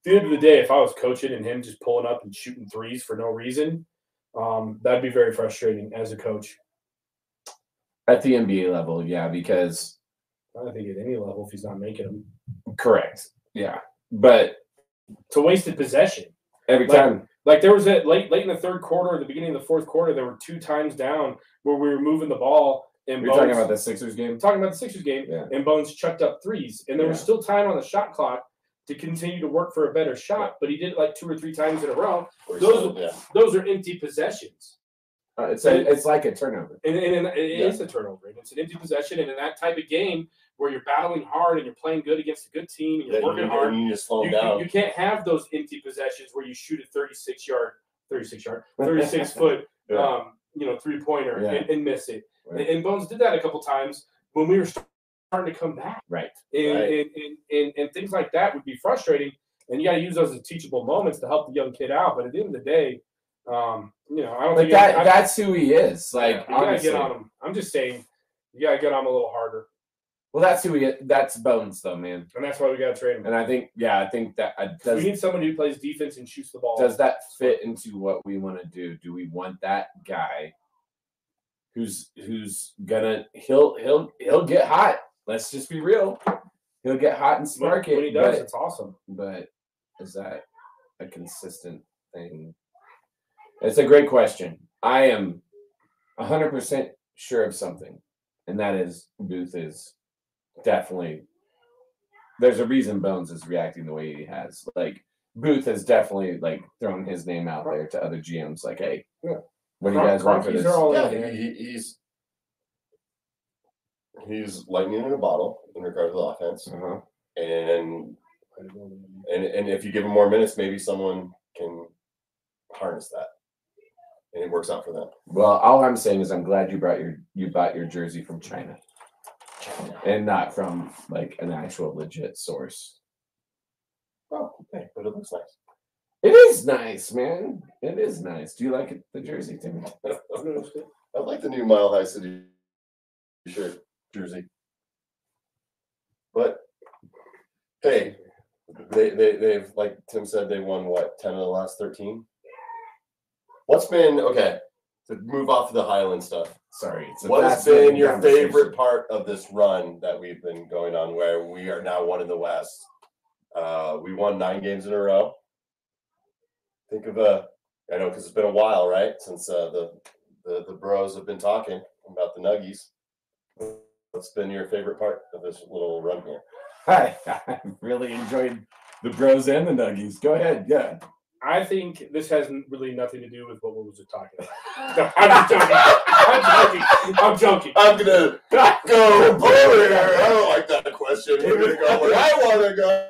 C: at the end of the day, if I was coaching and him just pulling up and shooting threes for no reason, um, that'd be very frustrating as a coach.
A: At the NBA level, yeah, because
C: I don't think at any level if he's not making them.
A: correct. Yeah. But
C: It's a wasted possession.
A: every
C: Like-
A: time
C: Like there was a late late in the third quarter, the beginning of the fourth quarter, there were two times down where we were moving the ball and
A: you're talking
C: Bones-
A: about the Sixers game.
C: talking about the Sixers game,
A: Yeah.
C: and Bones chucked up threes, and there was
A: Yeah.
C: still time on the shot clock to continue to work for a better shot, but he did it like two or three times in a row.
B: Or
C: Those
B: something, yeah.
C: Those are empty possessions,
A: Uh, it's a, it's like a turnover.
C: and, and, and it is
B: Yeah.
C: a turnover. and It's an empty possession, and in that type of game where you're battling hard and you're playing good against a good team and
B: Yeah,
C: you're
B: you,
C: working
B: need-
C: hard,
B: you need to slow
C: you,
B: him
C: you-
B: down.
C: you can't have those empty possessions where you shoot a 36 yard, 36 yard, 36 foot
A: Yeah.
C: um, you know, three pointer
A: Yeah.
C: and, and miss it.
A: Right.
C: And Bones did that a couple times when we were starting to come back.
A: Right.
C: And,
B: Right.
C: And, and, and, and things like that would be frustrating. And you got to use those as teachable moments to help the young kid out. But at the end of the day, um, you know, I don't
A: But
C: think I-
A: that
C: I-
A: that's who he is. Like
C: you gotta
A: honestly.
C: get on him. I'm just saying, you got to get on him a little harder,
A: Well, that's who he. That's Bones, though, man.
C: and that's why we got to trade him.
A: And I think, yeah, I think that uh,
C: we
A: does
C: need someone who plays defense and shoots the ball.
A: does that fit into what we want to do? Do we want that guy who's who's gonna he'll he'll he'll get hot? Let's just be real. He'll get hot and
C: when,
A: spark it.
C: when he does,
A: but-
C: it's awesome.
A: but is that a consistent thing? It's a great question. I am 100% sure of something, and that is Booth is definitely. There's a reason Bones is reacting the way he has. Like Booth has definitely like thrown his name out there to other GMs, like, "Hey,
C: Yeah.
A: what do you guys want for
C: Cronkies
A: this?"
C: are all in
B: yeah,
C: here.
B: he, he- he's he's lightning in a bottle in regard to the offense,
A: Uh-huh.
B: and and and if you give him more minutes, maybe someone can harness that, and it works out for them.
A: Well, all I'm saying is I'm glad you brought your you bought your jersey from China, and not from like an actual legit source.
B: Oh, okay, but it looks nice.
A: It is nice, man. It is nice. Do you like it, the jersey, Timmy?
B: I like the new Mile High City shirt jersey, but hey, they they they've like Tim said they won what ten of the last thirteen. What's been okay to move off of the Highland stuff?
A: Sorry, it's a
B: What has
A: fascinating
B: been your
A: conversation.
B: favorite part of this run that we've been going on where we are now one in the West? Uh, we won nine games in a row. Think of a, I know because it's been a while, right? Since uh, the, the the bros have been talking about the Nuggies. What's been your favorite part of this little run here?
A: Hi, I really enjoyed the bros and the nuggies. Go ahead, yeah.
C: I think this has n- really nothing to do with what we were just talking about. No, I'm just joking. I'm joking. I'm joking.
B: I'm gonna go forward. I don't like that question. We're gonna go where I want to go.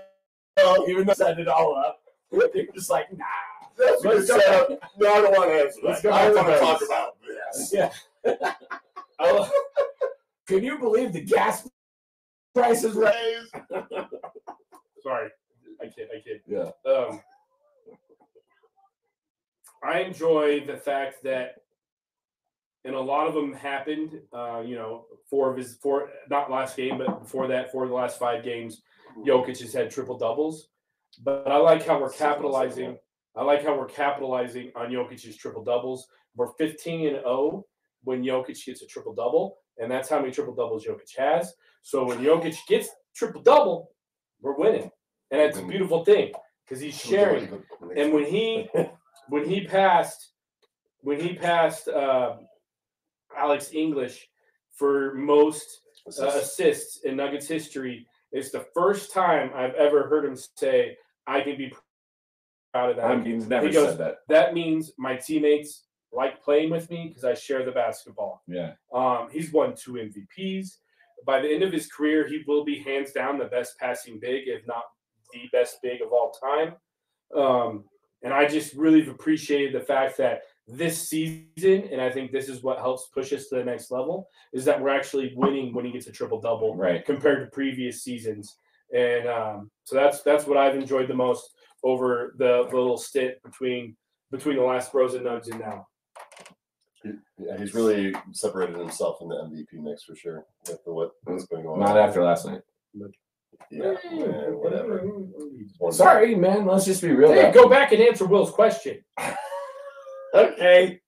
A: Oh, even though I set it all up, you're just like, nah.
B: That's what
A: Let's
B: you said. No, I don't want to answer.
A: Let's
B: Let's
A: go
B: go. I
A: back to
B: want to talk
A: those.
B: about this.
A: Yeah. Oh, can you believe the gas prices right?
B: Raise.
C: Sorry, I kid. I kid.
A: Yeah.
C: Um, I enjoy the fact that, and a lot of them happened. Uh, you know, four of his four, not last game, but before that, four of the last five games, Jokic has had triple doubles. But I like how we're capitalizing. I like how we're capitalizing on Jokic's triple doubles. We're 15 and 0 when Jokic gets a triple double, and that's how many triple doubles Jokic has. So when Jokic gets triple double, we're winning, and that's a beautiful thing because he's sharing. And when he when he passed when he passed uh, Alex English for most uh, assists in Nuggets history, it's the first time I've ever heard him say, "I can be proud of that."
A: Duncan's never
C: He goes-
A: said that.
C: that means my teammates like playing with me because I share the basketball.
A: Yeah.
C: Um, he's won two MVPs. By the end of his career, he will be hands down the best passing big, if not the best big of all time. Um, and I just really have appreciated the fact that this season, and I think this is what helps push us to the next level, is that we're actually winning when he gets a triple double
A: Right.
C: compared to previous seasons. And um, so that's that's what I've enjoyed the most over the, the little stint between between the last Bros and Nugs and now.
B: yeah, he's really separated himself in the MVP mix for sure with the, what, what's going on.
A: Not after last night.
B: yeah, yeah, whatever. One-
A: Sorry, man. Let's just be real.
C: Hey,
A: about
C: go back and answer Will's question.
B: Okay.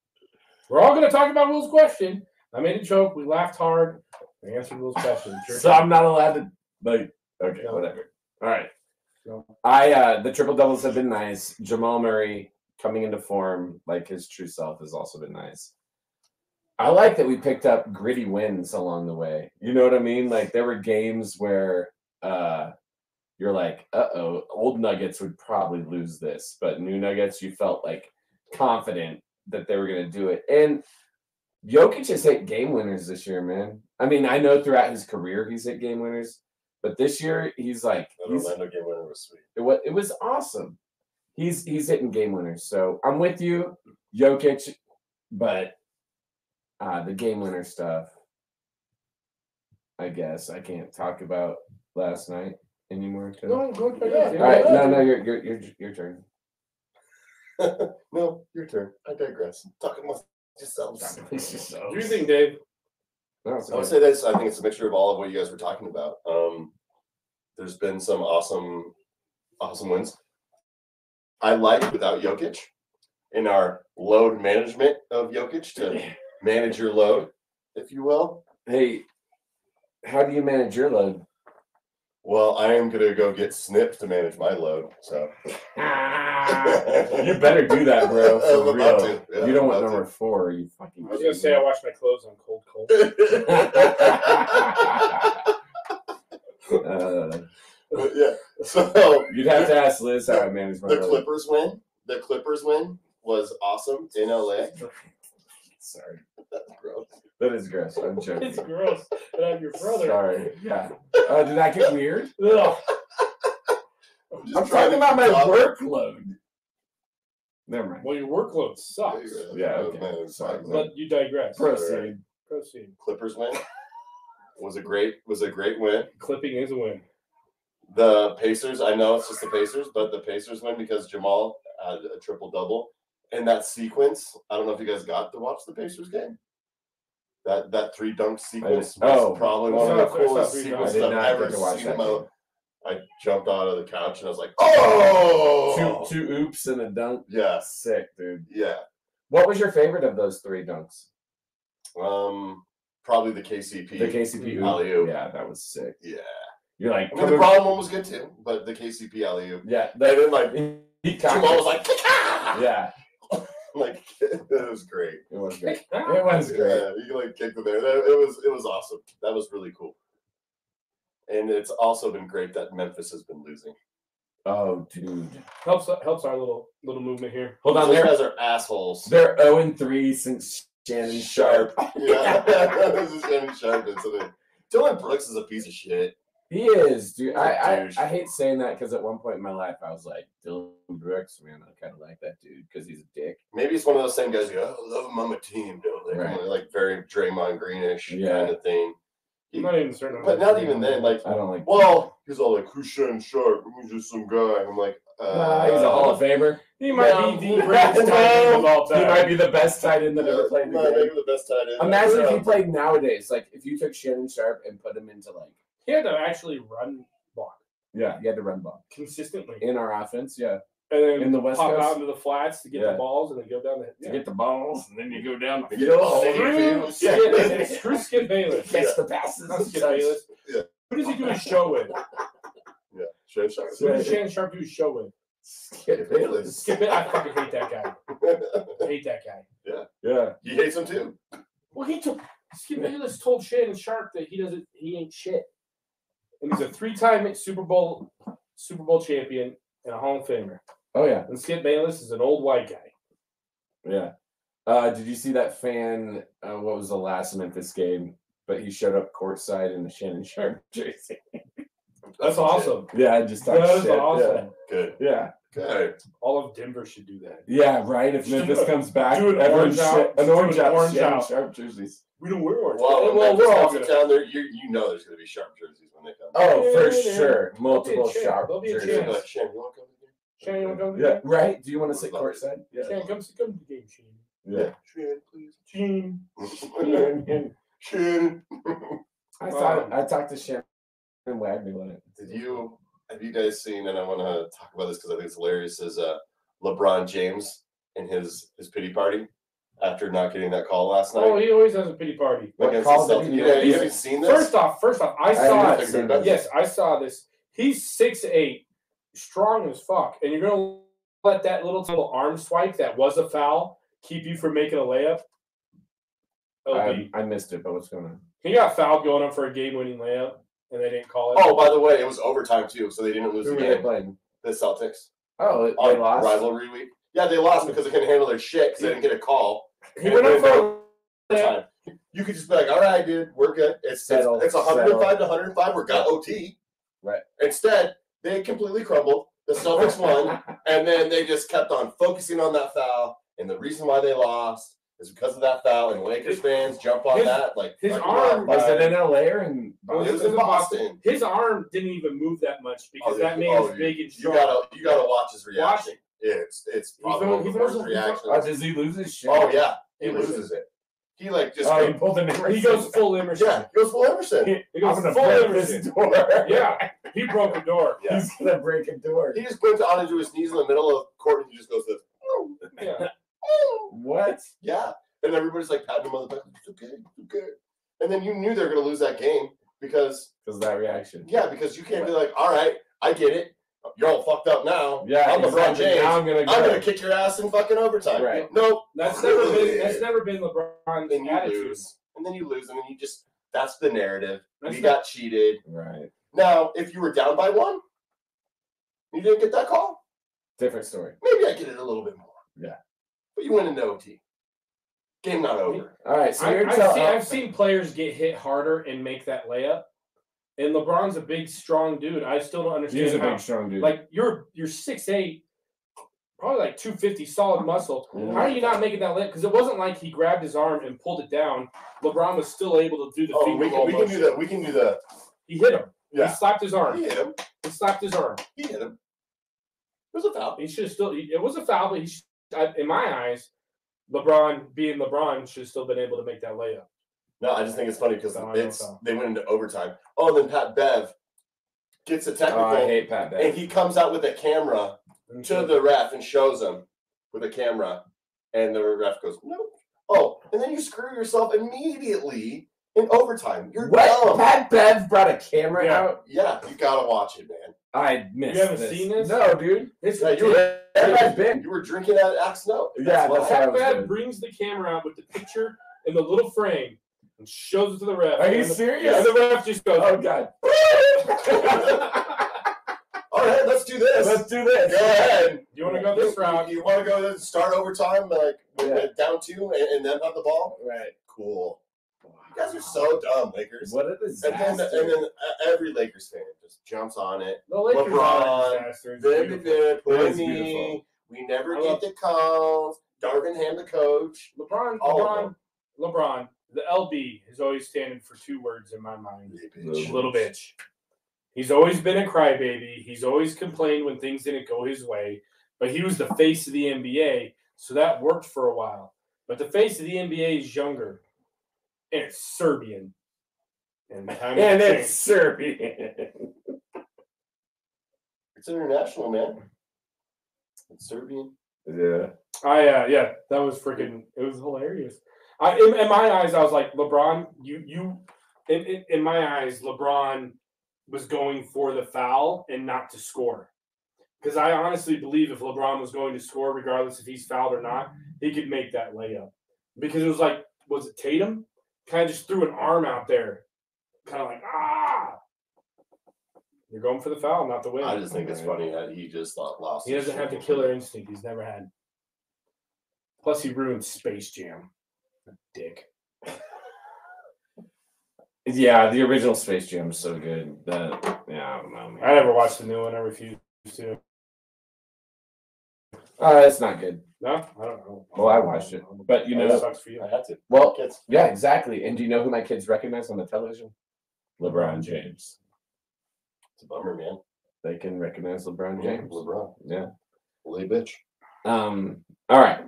C: We're all going to talk about Will's question. I made a joke. We laughed hard. I answered Will's question.
A: it. So I'm not allowed to like. Okay,
C: No.
A: whatever. All right.
C: No.
A: I uh the triple doubles have been nice. Jamal Murray coming into form like his true self has also been nice. I like that we picked up gritty wins along the way. You know what I mean? Like there were games where uh you're like, uh-oh, old Nuggets would probably lose this, but new Nuggets you felt like confident that they were going to do it. And Jokic has hit game winners this year, man. I mean, I know throughout his career he's hit game winners, but this year he's like
B: That
A: he's
B: Orlando game winner was sweet.
A: it was it was awesome. He's he's hitting game winners. So I'm with you, Jokic, but uh the game winner stuff. I guess I can't talk about last night anymore. Tim. All
C: go back
B: Yeah.
C: and-
A: right, no, no, your your your your turn.
B: No, your turn. I digress. Talking about yourselves.
C: Do you think, Dave?
A: No, it's
B: I would
A: okay.
B: say this. I think it's a mixture of all of what you guys were talking about. Um, there's been some awesome, awesome wins. I like without Jokic in our load management of Jokic to manage your load, if you will.
A: Hey, how do you manage your load?
B: Well, I am gonna go get Snip to manage my load. So
A: You better do that, bro.
B: I was
A: For real.
B: about to, yeah,
A: you don't want
B: about
A: number four. You fucking.
C: I was gonna say I wash my clothes on cold cold.
A: uh,
B: to. yeah. So
A: you'd have to ask Liz how I manage my.
B: the
A: roller.
B: Clippers win. The Clippers win was awesome in LA.
A: Sorry,
B: Gross.
A: that is gross. I'm joking.
C: it's gross. And I'm your brother.
A: Sorry. Yeah. Uh, did that get weird?
C: Ugh.
B: just
A: I'm
B: trying
A: talking
B: to
A: about my
B: keep up.
A: workload. Never mind.
C: Well, your workload sucks.
A: Yeah,
B: Oh,
A: okay.
B: man, it's
A: Sorry.
B: fine.
C: But you digress.
A: Proceed.
C: Proceed.
B: Clippers win was a great was a great win.
C: Clipping is a win.
B: The Pacers, I know it's just the Pacers, but the Pacers win because Jamal had a triple double. And that sequence, I don't know if you guys got to watch the Pacers game. That that three dunk sequence was
A: oh,
B: probably
A: well,
B: one of the
C: I saw- I saw
B: coolest
C: three
A: I
B: sequences
A: did
B: I've
A: not get
B: ever
A: to watch
B: seen.
A: that.
B: in my
A: game.
B: life. I jumped out of the couch and I was like, "Oh,
A: Two, two oops and a dunk.
B: yeah,
A: Sick, dude.
B: yeah."
A: What was your favorite of those three dunks?
B: Um, probably the KCP.
A: The KCP oop.
B: Alley-oop.
A: Yeah, that was sick.
B: yeah,
A: You're like,
B: I mean, the
A: coming-
B: problem one was good too, but the KCP alley oop.
A: yeah,
B: And then like
A: that, he cocked
B: Jamal was
A: it.
B: like, "Ka-ka!"
A: yeah,
B: like it was great.
A: it was great. It
C: Ah.
A: was great.
B: Yeah, you like kicked it there. That, it was it was awesome. That was really cool. And it's also been great that Memphis has been losing.
A: Oh, dude.
C: Helps helps our little little movement here.
A: Hold on,
B: Those
A: they're
B: guys are assholes.
A: they're zero and three since Shannon Sharp.
B: Yeah, this is Shannon Sharp incident. Dylan Brooks is a piece of shit.
A: He is, dude.
B: He's a
A: I,
B: douche.
A: I, I hate saying that because at one point in my life I was like Dylan Brooks, man. I kind of like that dude because he's a dick.
B: Maybe it's one of those same guys. You go, oh, love him on my team, don't they?
A: Right.
B: Like very Draymond Greenish
A: Yeah.
B: kind of thing.
C: I'm not even certain. I'm
B: But not even then, like,
A: I don't like.
B: well, he's all like, who's Shannon Sharp? Who's just some guy? I'm like, uh,
A: Nah, he's a Hall of Famer.
C: he might
B: No.
C: be the greatest tight end of all
A: He
C: time.
A: might be the best tight end
B: Yeah,
A: that ever played in
B: nah,
A: the game.
B: maybe the best tight end.
A: Imagine if
B: Yeah.
A: he played nowadays. Like if you took Shannon Sharp and put him into like
C: He had to actually run block
A: yeah, he had to run ball
C: consistently,
A: in our offense. Yeah,
C: and then
A: in the West
C: pop
A: Coast?
C: out into the flats to get
A: Yeah.
C: the balls, and then go down the.
A: to get the balls and then you go down the
B: You get all
A: field.
B: the field.
C: Yeah.
B: Yeah.
C: Screw Skip Bayless.
A: catch the passes.
C: Not
A: and
C: Skip
A: touch.
C: Bayless.
B: Yeah.
C: Who does he do his show with?
B: Yeah, Shannon Sharp.
C: Who
A: Right.
C: does Shannon Sharp do his show with?
A: Skip Bayless.
C: Skip it. I fucking hate that guy. I hate that guy.
A: Yeah.
B: He hates him too.
C: Well, he took Skip Bayless told Shannon Sharp that he doesn't, he ain't shit, and he's a three-time Super Bowl Super Bowl champion and a Hall of Famer.
A: Oh yeah.
C: And Skip Bayless is an old white guy.
A: Yeah. Uh, did you see that fan? Uh, what was the last Memphis game? But he showed up courtside in a Shannon Sharp jersey.
C: That's awesome.
A: Yeah, I just talked
C: That is
A: shit.
C: awesome.
B: Good.
A: Yeah. yeah.
B: Good.
C: All of Denver should do that.
A: Yeah, right. If
C: Just do
A: Memphis
C: a-
A: comes back,
C: do an
A: everyone
C: orange
A: sha-
C: out. Just
A: an
C: do
A: orange
C: an
A: out,
C: orange
A: Shannon
C: out.
A: Sharp jerseys.
C: We don't wear orange.
B: Well,
C: well, we're all
B: down
C: gonna-
B: there. You you know there's gonna be sharp jerseys when they come.
A: Oh, for
C: Yeah, yeah, yeah.
A: sure. Multiple
C: There'll be a chance.
A: Sharp
C: There'll be a
B: They're
A: jerseys.
C: chance.
B: like, Shannon, you want to come in here?
C: Shannon, you wanna come to the
A: Yeah,
C: game?
A: right. Do you want to sit courtside?
C: Shannon, come, come to the game, Shannon.
A: Yeah.
B: Shannon, please.
C: Shannon.
B: Shannon.
A: I
C: Um,
A: thought I talked to Shannon Wagner about it.
B: Did you have you guys seen? And I want to talk about this because I think it's hilarious. Is uh LeBron James and his his pity party after not getting that call last night
C: Oh, he always has a pity party.
A: What
B: against
A: call
B: the
A: did
B: Celtics?
A: he
B: You,
A: make?
B: know, you haven't seen this?
C: First off, first off, I
A: I
C: saw
A: haven't
C: it.
A: figured
B: it out.
C: Yes, I saw this. He's six eight, strong as fuck, and you're gonna let that little little arm swipe that was a foul keep you from making a layup.
A: I,
C: LB.
A: I missed it, but what's going on?
C: He got fouled going up for a game winning layup, and they didn't call it.
B: oh, by the way, it was overtime too, so they didn't lose
A: Who
B: the
A: were they
B: game.
A: playing?
B: The Celtics.
A: Oh,
B: on
A: they lost.
B: rivalry week. Yeah, they lost because they couldn't handle their shit because they didn't get a call.
C: he went up for a
B: That's
C: layup.
B: fine. You could just be like, all right, dude, we're good. It's it's,
A: Settle,
B: it's 105 to 105. We got OT.
A: Right.
B: Instead, they completely crumbled. The Celtics won, and then they just kept on focusing on that foul. And the reason why they lost is because of that foul. And Lakers fans jump on
C: His-
B: that like
C: his
B: fucking
C: arm
B: wild
A: Was it
B: fire.
A: in LA or in
C: Well,
B: It was in
C: Oh, in
B: Boston.
C: His arm didn't even move that much because
B: Oh,
C: that
B: yeah.
C: man
B: Oh,
C: is big and
B: You
C: strong.
B: gotta you gotta watch his reaction. It's it's
C: He's
B: probably
C: al-
B: one of
C: he's
B: the worst
C: also- he's al-
B: reactions.
A: Oh, does he lose his shit?
B: Oh yeah, he
A: He
B: loses
A: loses
B: it. He like just
A: Oh, he
B: goes-
A: pulled an Emerson.
C: he goes full Emerson.
B: yeah, he goes full Emerson.
C: He
A: I'm
C: goes
A: gonna
C: full
A: break this
C: Emerson.
A: door.
C: Yeah, he broke a door.
B: Yeah,
A: He's gonna break a door.
B: he just puts onto his knees in the middle of court and he just goes this.
C: Yeah.
A: What?
B: Yeah, and everybody's like patting him on the back. It's okay, it's okay. And then you knew they were gonna lose that game because
A: Because that reaction.
B: yeah, because you can't be like, all right, I get it. You're all fucked up now.
A: Yeah,
B: I'm LeBron
A: exactly.
B: James.
A: Now I'm gonna go.
B: I'm gonna kick your ass in fucking overtime.
A: Right.
B: Nope.
C: That's never been that's never been LeBron's
B: And then you
C: attitude.
B: lose, and then you lose, and then you just that's the narrative.
C: That's
B: we
C: not-
B: got cheated.
A: right.
B: Now, if you were down by one, you didn't get that call.
A: Different story.
B: Maybe I get it a little bit more.
A: Yeah.
B: But you went into OT. Game not over.
A: All right. So
C: I,
A: you're
C: I've,
A: tell-
C: seen, I've seen players get hit harder and make that layup. And LeBron's a big, strong dude. I still don't understand
A: He's a
C: how.
A: big, strong dude.
C: like you're you're six eight, probably like two fifty, solid muscle. How are you not making that layup? Because it wasn't like he grabbed his arm and pulled it down. LeBron was still able to do the
B: Oh,
C: finger
B: we can,
C: roll
B: we can do
C: motion.
B: the we can do the
C: He hit him.
B: Yeah.
C: He slapped his
B: he
C: arm.
B: hit him.
C: He slapped his arm.
B: He hit him. It was a foul.
C: He should have still. It was a foul, but he should, I- in my eyes, LeBron being LeBron should have still been able to make that layup.
B: No, I just think it's funny because
C: No, I know
B: it's
C: foul.
B: they went into overtime. Oh, then Pat Bev gets a
A: oh,
B: technical
A: I hate Pat
B: and
A: Bev.
B: he comes out with a camera to the ref and shows him with a camera, and the ref goes, "Nope." Oh, and then you screw yourself immediately in overtime. You're
A: What?
B: dumb.
A: Pat Bev brought a camera
C: Yeah.
A: out.
B: Yeah, you gotta watch it, man.
A: I missed.
C: haven't
A: this.
C: seen this?
A: No, dude.
C: It's
B: Yeah, you were,
A: Pat Bev.
B: you were drinking at Axe Snow.
A: Yeah, that's how I
C: Pat
A: was
C: Bev
A: doing.
C: brings the camera out with the picture and the little frame and shows it to the ref.
A: Are you
C: and the,
A: serious?
C: And the ref just goes,
A: Oh God.
B: All right, let's do this.
A: Let's do this.
B: go ahead.
C: "You want to go this
B: You-
C: route?"
B: You, want to go and start overtime, like with
A: Yeah.
B: the down two, and, and then have the ball?
A: Right.
B: Cool. You guys are so dumb, Lakers.
A: What a
B: And then,
A: disaster.
B: and then uh, every Lakers fan just jumps on it.
C: The Lakers are a
B: LeBron,
C: disaster. It's
B: Very
C: beautiful.
B: good.
A: It
B: Play
A: is beautiful.
B: me. We never
C: I
B: get
C: love-
B: the calls. Darvin Ham, the coach.
C: LeBron,
B: All of
C: LeBron, LeBron. The LB is always standing for two words in my mind:
A: bitch.
C: little bitch. He's always been a crybaby. He's always complained when things didn't go his way, but he was the face of the NBA, so that worked for a while. But the face of the NBA is younger, and it's Serbian. And, time
A: and
C: has
A: it's Serbian.
B: It's international, man. It's Serbian.
A: Yeah.
C: I uh, yeah, that was freaking. It was hilarious. I in, in my eyes, I was like LeBron. You you, in, in, in my eyes, LeBron was going for the foul and not to score. Because I honestly believe if LeBron was going to score, regardless if he's fouled or not, he could make that layup. Because it was like, was it Tatum? Kind of just threw an arm out there, kind of like ah. You're going for the foul, not the win.
B: I just think it's funny that he just lo- lost.
C: He
B: his
C: doesn't have the
B: shit.
C: killer instinct he's never had. Plus, he ruined Space Jam. Dick.
A: Yeah, the original Space Jam's so good that yeah, I don't know. Man.
C: I never watched the new one. I refuse to.
A: Uh, it's not good.
C: No, I don't know.
A: Well, Oh, I watched it, but you
C: that
A: know,
C: sucks for you.
B: I had to.
A: well,
B: Kids.
A: yeah, exactly. And do you know who my kids recognize on the television? LeBron James.
B: It's a bummer, man.
A: They can recognize LeBron
B: Yeah,
A: James.
B: LeBron.
A: Yeah.
B: Little bitch.
A: Um. All right.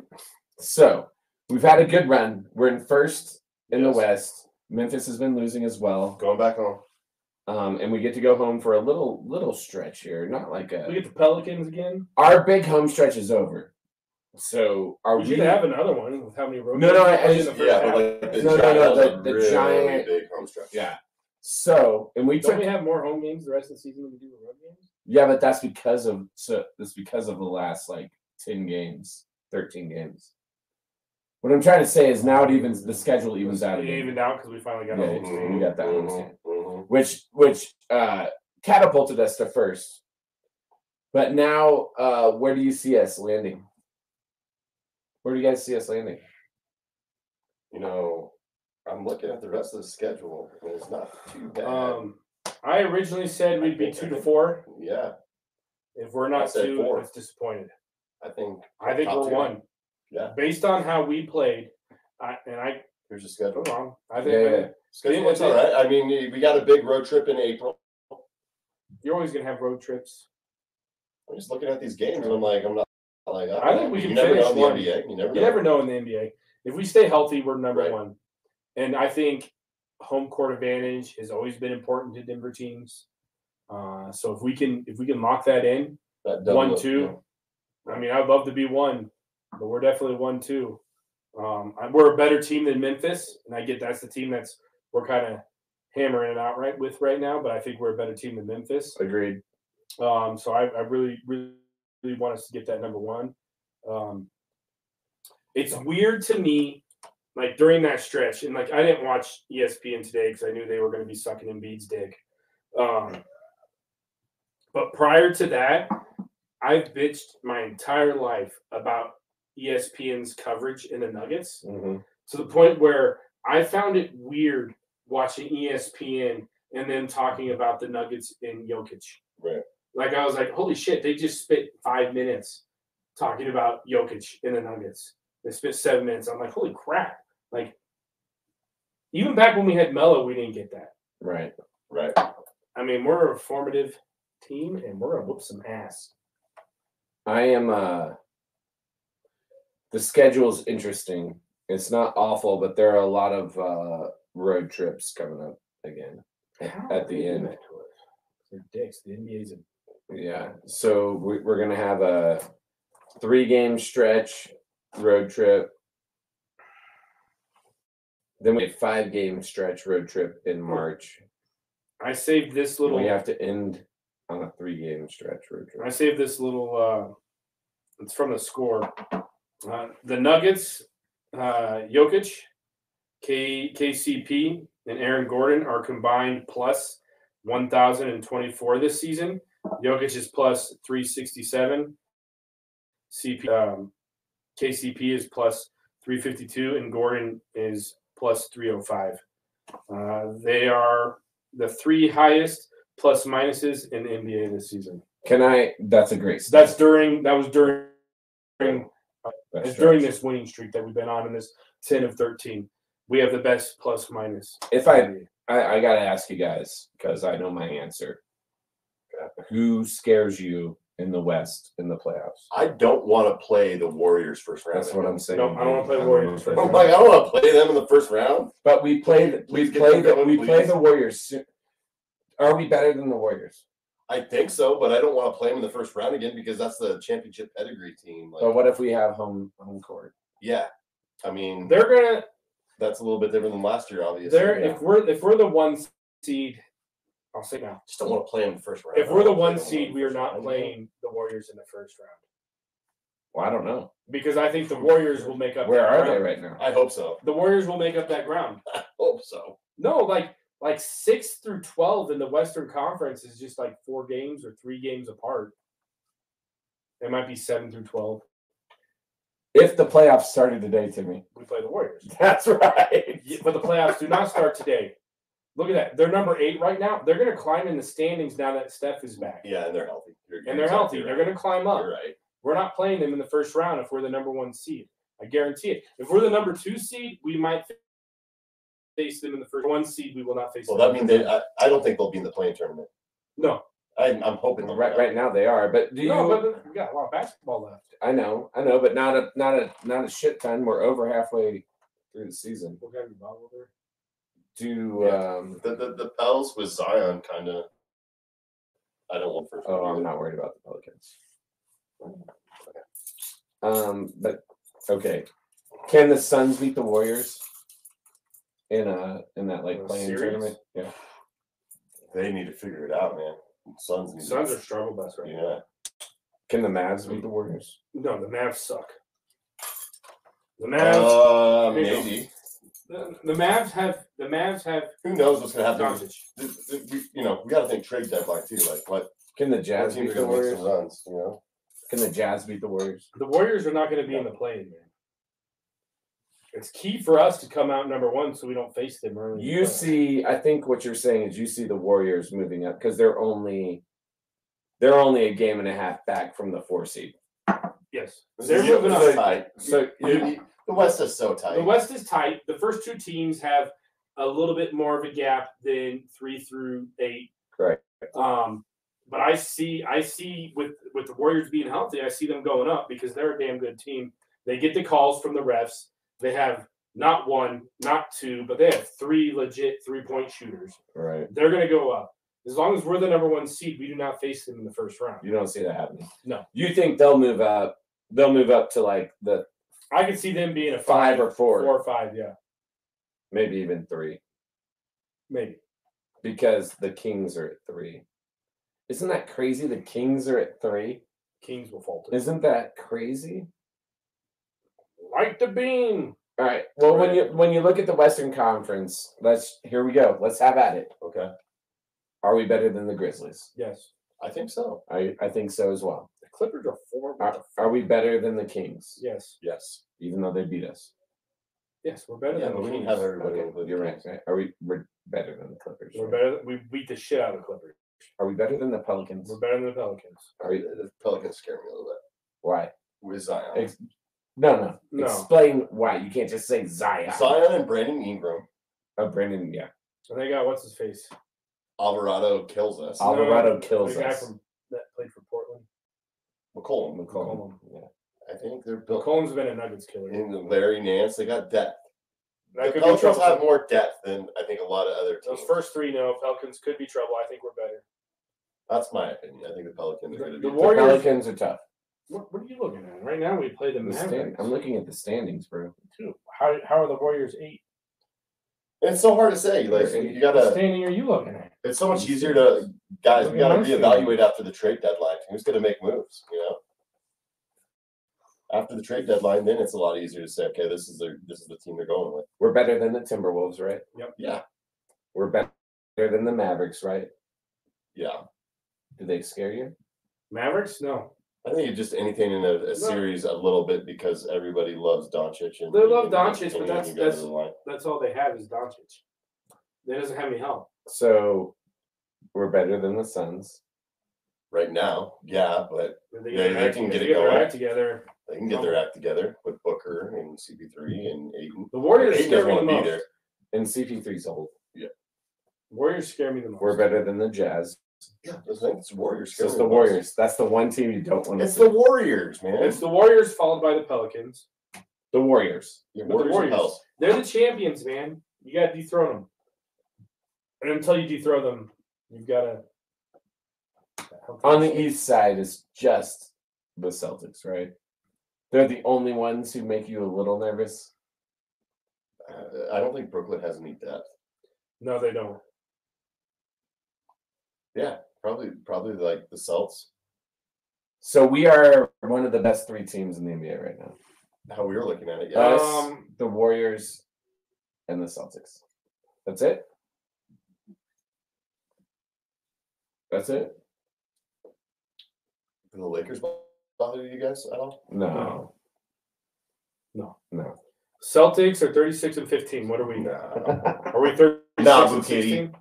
A: So we've had a good run. We're in first in
B: Yes.
A: the West. Memphis has been losing as well.
B: Going back home.
A: Um, and we get to go home for a little little stretch here. Not like
C: We
A: a
C: get the Pelicans again.
A: our big home stretch is over. So are
C: We
A: we?
C: should have another one with how many road
A: No, no, I- I
C: games
A: just-
C: in the first
B: Yeah,
C: half.
B: but like the
A: No, no,
B: giant,
A: no,
B: that was
A: the-
B: a
A: the
B: really
A: giant-
B: big home stretch.
A: Yeah. So and we
C: Don't
A: took
C: we have more home games the rest of the season than we do road games?
A: yeah, but that's because of so that's because of the last like ten games, thirteen games. What I'm trying to say is now it evens the schedule evens out
C: It
A: again.
C: evened out because we finally got a
A: Yeah,
C: home
A: it's-
C: game.
A: we got that
B: Mhm,
A: home
B: mhm.
A: which which uh, catapulted us to first. But now, uh, where do you see us landing? Where do you guys see us landing?
B: You know, I'm looking at the rest of the schedule, and it's not too bad.
C: Um, I originally said we'd be two to four.
B: yeah,
C: If we're
B: I
C: not
B: said
C: two,
B: four.
C: it's disappointed.
B: I think
C: I think
B: Top
C: we're
B: two.
C: one.
B: Yeah.
C: Based on how we played, I, and I
B: here's the
C: could
B: schedule.
C: be wrong. I think
A: Yeah, yeah.
B: Schedule
C: Yeah,
B: looks
C: yeah.
B: all right. I mean, we got a big road trip in April.
C: you're always gonna have road trips.
B: I'm just looking at these games, and I'm like, I'm not like. don't
C: I think
B: know.
C: we can
B: You never
C: finish
B: know in
C: one.
B: the NBA. You never.
C: You
B: know.
C: never know in the NBA. If we stay healthy, we're number
B: Right.
C: one. And I think home court advantage has always been important to Denver teams. Uh, so if we can if we can lock that in,
B: That
C: one
B: double-
C: two. I mean, I'd love to be one, but we're definitely one two. Um, I- we're a better team than Memphis, and I get that's the team that's we're kind of hammering it out right with right now. But I think we're a better team than Memphis.
A: Agreed.
C: Um, so I, I really, really, really want us to get that number one. Um, it's weird to me, like during that stretch, and like I didn't watch E ESPN today because I knew they were going to be sucking Embiid's dick. Um, but prior to that, I've bitched my entire life about E ESPN's coverage in the Nuggets
B: Mhm.
C: to the point where I found it weird watching E ESPN and then talking about the Nuggets and Jokic.
B: Right.
C: Like I was like, holy shit, they just spent five minutes talking about Jokic and the Nuggets. They spent seven minutes. I'm like, holy crap. Like even back when we had Melo, we didn't get that.
A: Right.
B: Right.
C: I mean, we're a formative team and we're gonna whoop some ass.
A: I am uh the schedule's interesting. It's not awful, but there are a lot of uh road trips coming up again. at the end.
C: They're dicks. The NBA's a
A: Yeah. So we, we're gonna have a three game stretch road trip. Then we have five game stretch road trip in March.
C: I saved this little
A: We have to end on a three game stretch road
C: I
A: trip.
C: saved this little. Uh, it's from the score. Uh, the Nuggets, uh, Jokic, K- KCP, and Aaron Gordon are combined plus 1,024 this season. Jokic is plus 367. CP, um, KCP is plus 352, and Gordon is plus 305. Uh, they are the three highest plus minuses in the NBA this season.
A: Can I? That's a great.
C: So that's during that was during, during
A: that
C: it's
A: stretch.
C: during this winning streak that we've been on in this ten of thirteen. We have the best plus minus.
A: If I, I, I gotta ask you guys because I know my answer. Who scares you in the West in the playoffs?
B: I don't want to play the Warriors first round.
A: That's what I'm saying.
C: No, I don't wanna play
A: dude.
C: Warriors.
A: I don't wanna
B: I'm like,
A: play
B: I don't want to play them in the first round.
A: But we play, the- we
B: Please get
A: play
B: them
A: the,
B: going,
A: we play
B: please.
A: the Warriors. soon. Are we better than the Warriors?
B: I think so, but I don't want to play them in the first round again because that's the championship pedigree team.
C: Oh,
B: Like,
A: But what if we have home home court?
B: yeah, I mean,
C: they're gonna
B: that's a little bit different than last year, obviously.
C: they're if we're if we're the one seed, I'll say now.
B: just don't want to play them in the first round.
C: If
B: I
C: we're the
B: don't wanna
C: one
B: play them in
C: seed, we are
B: first round
C: not
B: again.
C: playing the Warriors in the first round
A: Well, I don't know.
C: because I think the Warriors will make up.
A: Where
C: that
A: are
C: ground.
A: they right now?
B: I hope so.
C: The Warriors will make up that ground.
B: Hope so.
C: No, like like six through twelve in the Western Conference is just like four games or three games apart. It might be seven through twelve.
A: If the playoffs started today, Timmy.
C: We play the Warriors.
A: That's right.
C: Yeah, but the playoffs do not start today. Look at that. They're number eight right now. They're going to climb in the standings now that Steph is back.
B: Yeah, and they're healthy. You're- you're
C: And they're
B: exactly
C: healthy. They're
B: right.
C: going to climb up.
B: You're right.
C: We're not playing them in the first round if we're the number one seed. I guarantee it. If we're the number two seed, we might face them in the first one seed. We will not face
B: Well,
C: them.
B: that means they. I, I don't think they'll be in the playing tournament.
C: No.
B: I, I'm hoping they're
A: Right, right now they are. But do you?
C: No, but we got a lot of basketball left.
A: I know, I know, but not a not a not a shit ton. We're over halfway through the season.
C: We're going to be bottled there.
A: Do
B: Yeah.
A: um?
B: The, the the Pels with Zion kind of. I don't want first.
A: Oh,
B: round
A: I'm
B: either.
A: not worried about the Pelicans. Um, but okay, can the Suns beat the Warriors in a in that
C: In
A: like
C: a
A: playing
C: series?
A: tournament? Yeah,
B: They need to figure it out, man. Suns. Need
C: Suns
B: to,
C: are struggle bus right now.
B: Yeah.
A: can the Mavs beat the Warriors?
C: No, the Mavs suck. The Mavs.
B: Uh,
C: Here you go.
B: maybe.
C: the, the Mavs have. The Mavs have.
B: Who knows what's gonna happen?
C: Doncic.
B: Th- th- we- You know, we got to think trade deadline too. Like, what,
A: Can the
B: what
A: Jazz
B: teams
A: beat the
B: are gonna make some
A: Warriors?
B: runs? You know,
A: Can the Jazz beat the Warriors?
C: The Warriors are not going to be in the play, man. It's key for us to come out number one so we don't face them early. in the
A: You
C: playoffs.
A: see, I think what you're saying is you see the Warriors moving up because they're only they're only a game and a half back from the four seed.
C: yes,
B: This
C: they're
B: is- this
C: moving
B: is
C: up.
B: tight.
A: So
B: You- you- the West is so tight.
C: The West is tight. The first two teams have a little bit more of a gap than three through eight.
A: Correct.
C: Um, but I see, I see with with the Warriors being healthy, I see them going up because they're a damn good team. They get the calls from the refs. They have not one, not two, but they have three legit three point shooters.
A: right,
C: They're going to go up. As long as we're the number one seed, we do not face them in the first round.
A: you don't see that happening.
C: No.
A: you think they'll move up? They'll move up to like the
C: I could see them being a
A: five or
C: four
A: four,
C: or five. Yeah,
A: maybe even three,
C: maybe.
A: because the Kings are at three, Isn't that crazy? The Kings are at three.
C: Kings will falter.
A: Isn't that crazy?
C: Light the beam.
A: All right. Well, when
B: Right.
A: you when you look at the Western Conference, let's here we go. Let's have at it.
B: Okay.
A: Are we better than the Grizzlies?
C: Yes.
B: I think so.
A: I I think so as well.
C: The Clippers are four. What
A: Are,
C: the
A: are we better than the Kings?
C: Yes.
B: Yes.
A: Even though they beat us.
C: Yes, we're better
B: Yeah,
C: than
B: but
C: the
B: we didn't
C: Kings.
B: have everybody.
A: Okay,
B: included.
A: you're right, right. Are we we're better than the Clippers?
C: We're better. Than, we beat the shit out of the Clippers.
A: Are we better than the Pelicans?
C: We're better than the Pelicans.
A: Are we,
B: The Pelicans scare me a little bit.
A: why?
B: With Zion.
A: Ex- No, no.
C: No.
A: Explain why. You can't just say Zion.
B: Zion and Brandon Ingram.
A: Oh, Brandon, yeah.
C: And they got what's his face?
B: Alvarado kills us.
C: Al-
A: Alvarado
C: The
A: kills
C: guy
A: us.
C: from that played for Portland.
B: McCollum.
A: McCollum.
C: McCollum.
A: Yeah.
B: I think they're built
C: McCollum's been a Nuggets killer.
B: in Larry Nance. They got depth.
C: That
B: the
C: could be
B: Pelicans
C: trouble.
B: have more depth than I think a lot of other teams.
C: Those first three, no. Pelicans could be trouble. I think we're better.
B: That's my opinion. I think the Pelicans are
C: The-
B: going to be.
C: the
B: a
A: The
C: Warriors-
A: Pelicans are tough.
C: What, what are you looking at? Right now, we play the
A: The stand-
C: Mavericks.
A: I'm looking at the standings, bro.
C: too. How, how are the Warriors eight?
B: And It's so hard to say. Like
A: They're-
B: you
C: What
B: gotta.
C: standing are you looking at?
B: It's so much easier to guys. We gotta
A: Look at my
B: reevaluate after the trade deadline. Who's gonna make moves? You know. After the trade deadline, then it's a lot easier to say, okay, this is the this is the team they're going with.
A: We're better than the Timberwolves, right?
B: Yeah,
A: We're better than the Mavericks, right?
B: yeah.
A: Do they scare you?
C: Mavericks? No.
B: I think it's just anything in a, a series a little bit because everybody loves Doncic and
C: They love
B: and-
C: Doncic, but
B: and
C: that's-
B: you go to
C: that's-
B: the line.
C: That's all they have is Doncic. They doesn't have any help.
A: So we're better than the Suns.
B: right now. Yeah, but
C: If They,
B: They-
C: their
B: they
C: act
B: can
C: together-
B: get it
C: if they their
B: going.
C: act together.
B: they can get their act together with Booker and CP3 and Aiden.
C: The Warriors
B: Aiden
C: scare
B: doesn't
C: me
B: want
C: the
B: to be
C: most.
B: there.
A: And CP3's old.
C: Warriors scare me the most.
A: We're better than the Jazz.
B: Yeah, I think it's the Warriors.
A: It's just the
B: Everyone else.
A: Warriors. That's the one team you don't want to
B: It's
A: see.
B: the Warriors, man.
C: It's the Warriors followed by the Pelicans.
A: The Warriors.
B: Yeah,
C: but the
B: Warriors.
C: Warriors.
B: and Pels.
C: They're the champions, man. You gotta dethrone them. And until you dethrone them, you've gotta
A: On the East side is just the Celtics, right? They're the only ones who make you a little nervous.
B: Uh, I don't think Brooklyn has any depth.
C: No, they don't.
B: Probably, probably like the Celts.
A: So we are one of the best three teams in the NBA right now.
B: How we were looking at it, yeah.
A: Us,
C: Um,
A: the Warriors, and the Celtics. That's it. That's it.
B: Do the Lakers bother you guys at all?
A: No.
C: No.
A: No.
C: Celtics are 36 and 15. What are we?
B: No.
C: Are we 36
B: Nah,
C: and
B: Bukiti.
C: 16?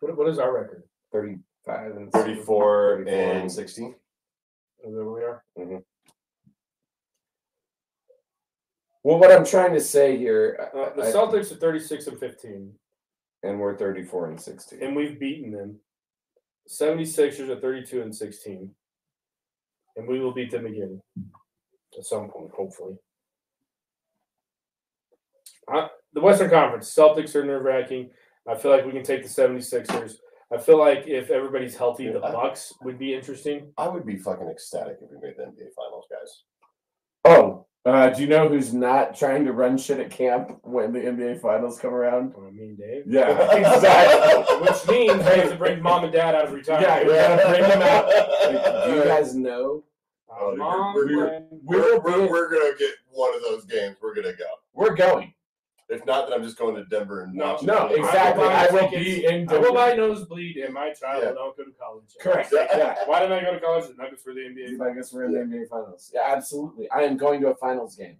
C: What, what is our record?
A: Thirty-five and
B: 34 and
A: six.
B: 16.
C: Is that where we are?
A: Well, what I'm trying to say here, I-
C: Uh, the
A: I-
C: Celtics are 36 and 15,
A: and we're thirty-four and sixteen.
C: and we've beaten them. 76ers are 32 and 16, and we will beat them again at some point, hopefully. I, the Western Conference, Celtics are nerve wracking. I feel like we can take the 76ers. I feel like if everybody's healthy, the
B: Yeah, I-
C: Bucks would be interesting.
B: I would be fucking ecstatic if we made the NBA Finals, guys.
A: oh, uh, do you know who's not trying to run shit at camp when the NBA finals come around?
C: I mean, Dave.
A: Yeah, exactly.
C: Which means they have to bring mom and dad out of retirement.
A: Yeah, we gotta bring them out. Like, do you guys know
C: Uh,
B: Oh,
C: mom,
B: you're- you're-
C: when-
B: We're, we're, we're gonna get one of those games. We're gonna go.
A: we're going?
B: If not, then I'm just going to Denver and
C: No,
B: watching
A: No,
B: it.
A: exactly.
C: buy
A: I will
C: tickets.
A: be in.
C: I will
A: Denver.
C: buy nosebleed, and my child
B: Yeah.
C: will not go to college.
A: Correct. Yeah.
C: Why didn't I go to college? The Nuggets were the NBA.
A: I guess we're in the NBA finals. Yeah, absolutely. I am going to a finals game.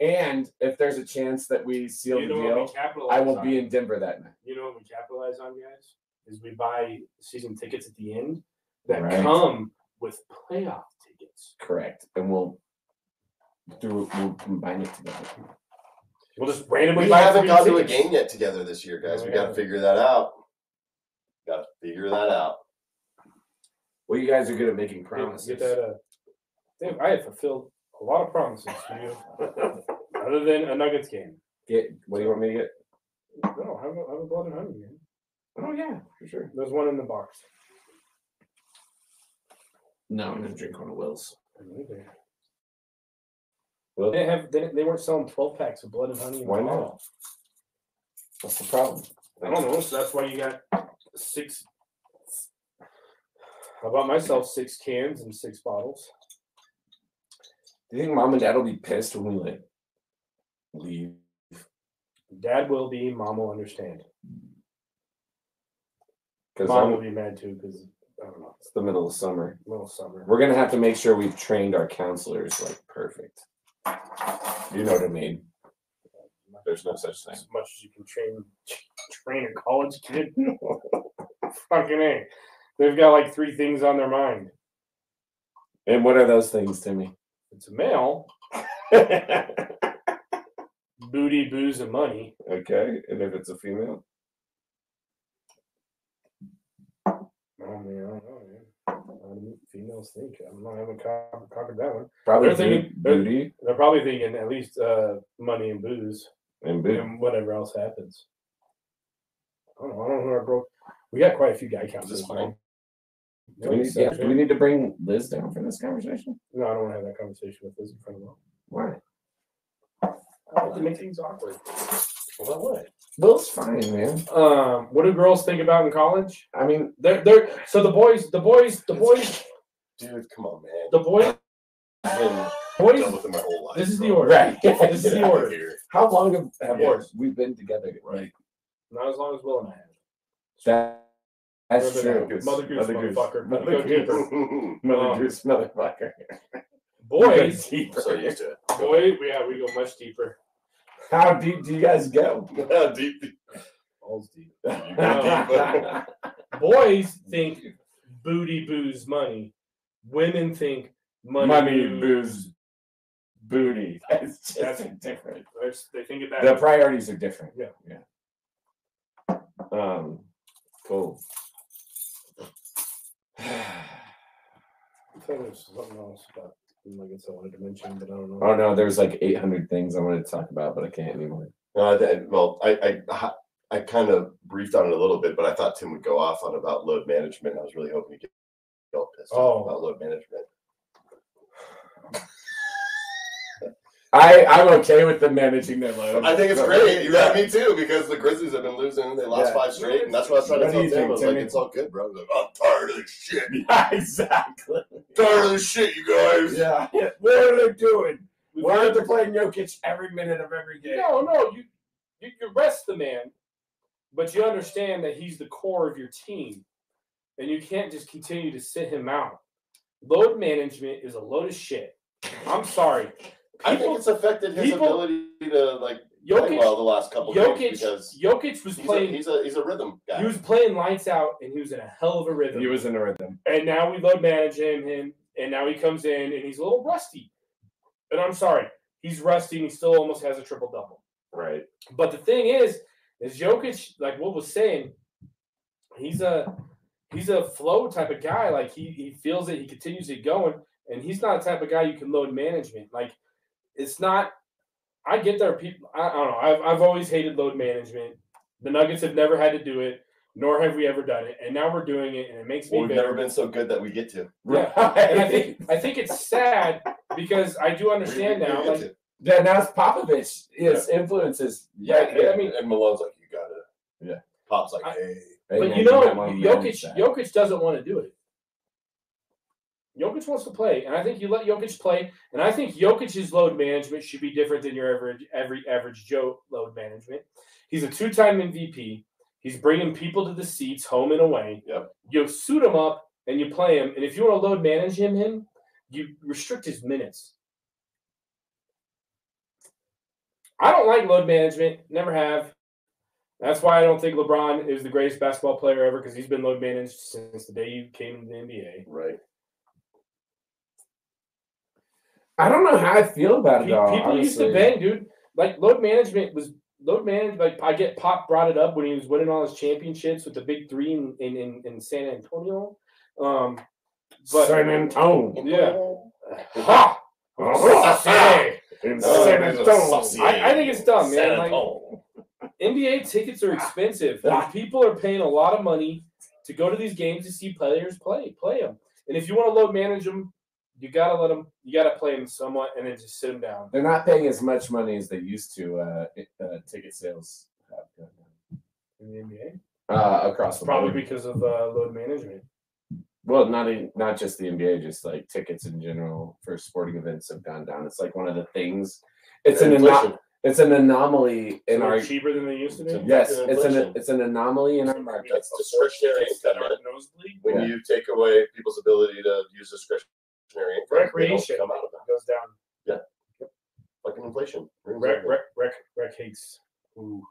B: Yep.
A: And if there's a chance that we seal
C: You
A: the
C: know what
A: deal,
C: we capitalize
A: I will
C: on?
A: be in Denver that night.
C: You know what we capitalize on, guys? Is we buy season tickets at the end that
A: Right.
C: come with playoff tickets.
A: Correct. And we'll do we'll combine it together.
C: We'll just randomly
B: We
C: buy
B: haven't
C: three
B: gone to a
C: tickets. Oh,
B: game yet together this year, guys.
C: No,
B: we got
C: we
B: to
C: haven't.
B: figure that out. Got to figure that out.
A: Well, you guys are good at making
C: Get- Get
A: promises.
C: that. Uh, damn, I have fulfilled a lot of promises to you, other than a Nuggets game.
A: Get- what do you want me to get?
C: No, have a, have a blood and honey man.
A: Oh yeah, for sure.
C: There's one in the box.
A: No, I'm gonna drink one of Will's.
C: Well, they have they, they weren't selling twelve packs of blood and honey. in
A: Why
C: the
A: not?
C: bottle.
A: What's the problem?
C: I don't know. So that's why you got six I bought myself six cans and six bottles.
A: Do you think mom and dad will be pissed when we like leave?
C: Dad will be, mom will understand.
A: Because
C: Mom will be mad too because I don't know,
A: it's the middle of summer.
C: little summer.
A: We're gonna have to make sure we've trained our counselors like perfect. You know what I mean? There's no such thing.
C: As much as you can train train a college kid. Fucking A. They've got like three things on their mind.
A: And what are those things, Timmy?
C: It's a male,
A: okay,
C: booty, booze, and money.
A: and if it's a female,
C: Oh man, I don't know, man. What do females think? I'm not having co- covered that one.
A: probably
C: They're thinking-
A: boot-
C: they're-
A: booty
C: They're probably thinking at least uh, money and booze.
A: and boot.
C: and whatever else happens. I don't know. I don't know, bro. We got quite a few guy counts.
B: This is fine.
A: Do we, need, yeah, do we need to bring Liz down for this conversation?
C: No, I don't want to have that conversation with this in front of them.
A: Why?
C: I like to make Oh, things awkward. Well,
A: Will's fine, man.
C: what? Um, what do girls think about in college?
A: I mean,
C: They're they're so the boys, the boys, the boys,
B: Dude, come on, man.
C: the boys,
B: I've been
C: boys.
B: done with it my whole life.
C: Ah, This is the
B: bro.
C: order.
A: Right.
C: This is
A: Get
C: the
A: out of
C: order.
B: Here.
A: how long have, have
B: Yeah.
A: we been together?
B: Right.
C: Not as long as Will and I have.
A: That, that's
C: Remember
A: true.
C: that. Mother Goose, motherfucker.
A: Mother
C: Go
A: Goose.
B: so
A: Mother
C: Um,
A: Goose, motherfucker.
C: Boys,
B: used to
C: boy, yeah, we go much deeper.
A: How deep do you guys go?
B: it. deep, deep.
C: Balls deep.
B: go
C: Boys think booty, booze, money. Women think money,
A: Money,
C: booze,
A: booze, booty. That's
C: That's-
A: just different.
C: That's- They think about
A: The priorities are different.
C: Yeah.
A: Yeah. Um, cool. Oh
C: I thought there was something else, but like I said, I wanted to mention, but I don't know.
A: no, there's like 800 things I wanted to talk about, but I can't anymore.
B: Uh, that, well, I, I, I kind of briefed on it a little bit, but I thought Tim would go off on about load management. I was really hoping to get all pissed
C: Oh.
B: off about load management.
A: I I'm okay with them managing their load.
B: I think it's
A: But-
B: great. You got me too, because the Grizzlies have been losing. They lost
A: Yeah.
B: five straight, and that's what I was trying to
A: What do
B: tell
A: you
B: Tim.
A: think,
B: I was like,
A: Timmy?
B: it's all good, bro. I was like, I'm tired of this shit.
A: Yeah, exactly.
B: Tired of this shit, you guys.
A: Yeah. What are they doing?
C: We've
A: Why aren't
C: had-
A: they playing Jokic every minute of every game?
C: No, no, you, you you rest the man, but you understand that he's the core of your team, and you can't just continue to sit him out. Load management is a load of shit. I'm sorry.
B: I think it's affected his
C: people-
B: ability to like play
C: Jokic,
B: well the last couple of games
C: Jokic,
B: because
C: Jokic was
B: he's a,
C: playing.
B: he's a he's a rhythm guy.
C: He was playing lights out, and he was in a hell of a rhythm.
A: He was in a rhythm.
C: and now we load manage him, him, and now he comes in and he's a little rusty. And I'm sorry, he's rusty and he still almost has a triple double.
A: Right.
C: But the thing is, is Jokic, like what was saying, he's a he's a flow type of guy. Like he he feels it, he continues it going, and he's not the type of guy you can load management. Like it's not. I get there. People, I, I don't know. I've I've always hated load management. The Nuggets have never had to do it, nor have we ever done it, and now we're doing it, and it makes me.
B: Well, we've
C: bitter.
B: never been so good that we get to.
C: Yeah. And I think I think it's sad because I do understand
B: We- we- we
C: now.
B: get
C: Like
B: to.
A: Yeah, now it's Popovich. His influences.
B: Yeah,
A: right
B: yeah,
A: there.
B: I mean, and Malone's like, you gotta.
A: Yeah.
B: Pop's like,
C: I-
B: hey,
A: Hey,
C: But
A: man,
C: you know,
A: might wanna manage
C: Jokic
A: that.
C: Jokic doesn't want to do it. Jokic wants to play, and I think you let Jokic play. And I think Jokic's load management should be different than your average every average Joe load management. He's a two-time MVP. He's bringing people to the seats, home and away.
B: Yep.
C: You suit him up and you play him. And if you want to load manage him, him, you restrict his minutes. I don't like load management. Never have. That's why I don't think LeBron is the greatest basketball player ever because he's been load managed since the day you came into the NBA.
B: right.
A: I don't know how I feel about it.
C: Pe-
A: all,
C: people used to
A: honestly.
C: bang, dude. Like load management was load managed. Like I get Pop brought it up when he was winning all his championships with the big three in in, in, in San Antonio. Um, but
A: San Antonio.
C: yeah,
A: Ha!
C: Hey,
A: In
B: Oh,
A: San
B: there's a
A: Antonio.
B: saucy-
C: I, I think it's dumb, man.
B: San
C: Like,
B: Antonio.
C: NBA tickets are expensive. and people are paying a lot of money to go to these games to see players play, play them. And if you want to load manage them, you gotta let them. You gotta play them somewhat, and then just sit them down.
A: They're not paying as much money as they used to. Uh, it- uh, ticket sales have gone
C: In the NBA,
A: down. uh, across
C: it's
A: the
C: probably
A: board.
C: because of uh, load management.
A: well, not in, not just the NBA, just like tickets in general for sporting events have gone down. It's like one of the things. It's an ano-
B: Inflation.
A: it's an anomaly in
C: So
A: our
C: they're cheaper than they used to be.
B: It's
A: yes,
B: Inflation,
A: it's an
B: inflation.
A: it's an anomaly in our market.
B: That's discretionary income. right?
C: Nosebleed
B: When
A: Yeah.
B: you take away people's ability to use discretionary income, they don't
C: recreation
B: come out of that.
C: goes down.
B: Fucking inflation. Ruins
C: Rec,
B: everything.
C: rec, rec, rec hates. Ooh.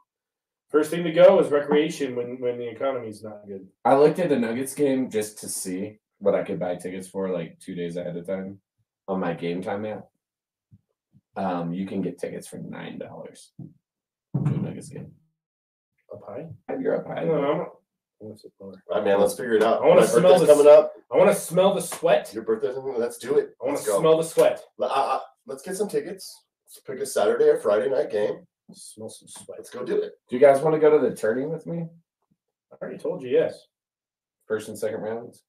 C: First thing to go is recreation when when the economy's not good.
A: I looked at the Nuggets game just to see what I could buy tickets for, like two days ahead of time, on my Game Time app. Um, you can get tickets for nine dollars. Nuggets game.
C: Up high.
A: You're up
C: I
A: high.
C: don't know. I want to
B: All right, man, let's figure it out.
C: I wanna
B: My
C: smell
B: birthday's
C: this-
B: coming up.
C: I want to smell the sweat.
B: Your birthday's coming up. Let's do it.
C: I want
B: Let's
C: to
B: go.
C: smell the sweat.
B: Let- I- I- let's get some tickets. Let's pick a Saturday or Friday night game.
C: Smell some sweat.
B: Let's go do it.
A: Do you guys want to go to the tourney with me?
C: I already told you yes.
A: First and second rounds.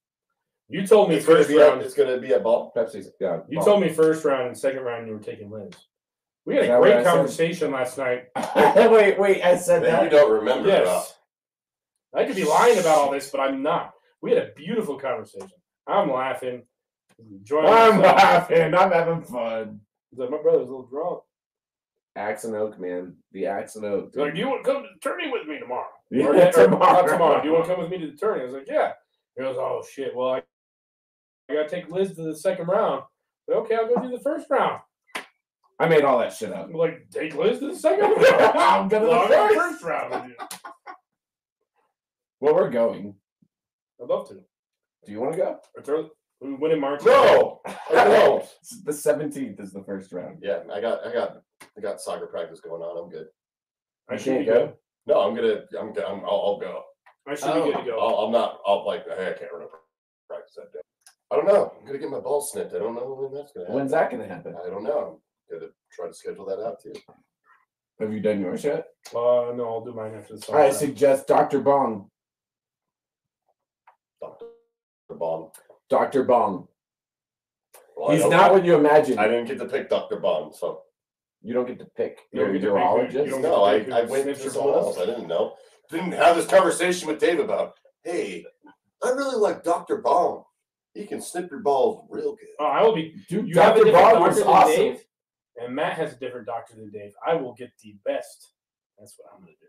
C: You told me
B: It's gonna
C: first
B: be a,
C: round.
B: it's gonna be a ball.
A: Pepsi's. Yeah.
C: You
A: ball.
C: told me first round and second round you were taking wins. We had
A: Is
C: a
A: that what I
C: great
A: said?
C: conversation last night.
A: wait, wait. I said
B: Man, you don't remember. Rob.
C: Yes. I could be lying about all this, but I'm not. We had a beautiful conversation. I'm laughing. Enjoying myself.
A: laughing. I'm having fun.
C: He's like, my brother's a little drunk.
A: Axe and Oak, man. The Axe and Oak.
C: He's like, do you want to come to the tourney with me tomorrow?
A: Yeah,
C: Or- or not
A: tomorrow.
C: tomorrow. Do you want to come with me to the tourney? I was like, yeah. He goes, oh shit. Well, I, I gotta take Liz to the second round. I said, okay, I'll go do the first round.
A: I made all that shit up.
C: I'm like, take Liz to the second round.
A: I'm going to
C: Well, I'll
A: the
C: go
A: first.
C: first round with you.
A: Well, we're going.
C: I'd love to.
A: Do you want to go?
C: Or throw, we win in March.
B: No. no.
A: The 17th is the first round.
B: Yeah, I got, I got, I got soccer practice going on. I'm good.
C: I
A: You
C: should be
A: can't
C: good.
A: go.
B: No, I'm gonna, I'm, go- I'm I'll, I'll go.
C: I should be good to go.
B: I'll, I'm not. I'll like. Hey, I can't remember practice that day. I don't know. I'm gonna get my ball snipped. I don't know when that's gonna happen.
A: When's that going to happen?
B: I don't know. I'm gonna try to schedule that out too.
A: Have you done yours yet?
C: Uh, no, I'll do mine after the song.
A: I suggest Dr. Bong.
B: Doctor Bond.
A: Dr. Bong.
B: Well, I
A: He's
B: don't-
A: not what you imagine.
B: I didn't get to pick Doctor Bond, so
A: you don't get to pick.
C: You
A: You're
C: don't
A: a
C: get to pick who- you
A: urologist.
C: don't get
B: No, I,
C: Dave who
B: I went
C: sniffs
B: to
C: your
B: someone else.
C: balls?
B: I didn't know. Didn't have this conversation with Dave about, hey, I really like Dr. Baum. He can snip your balls real good.
C: Oh, I will be.
A: Dude,
C: You have a
A: Dr.
C: different
A: Bong
C: doctor
A: was
C: than
A: awesome.
C: Dave, and Matt has a different doctor than Dave. I will get the best. That's what I'm gonna do.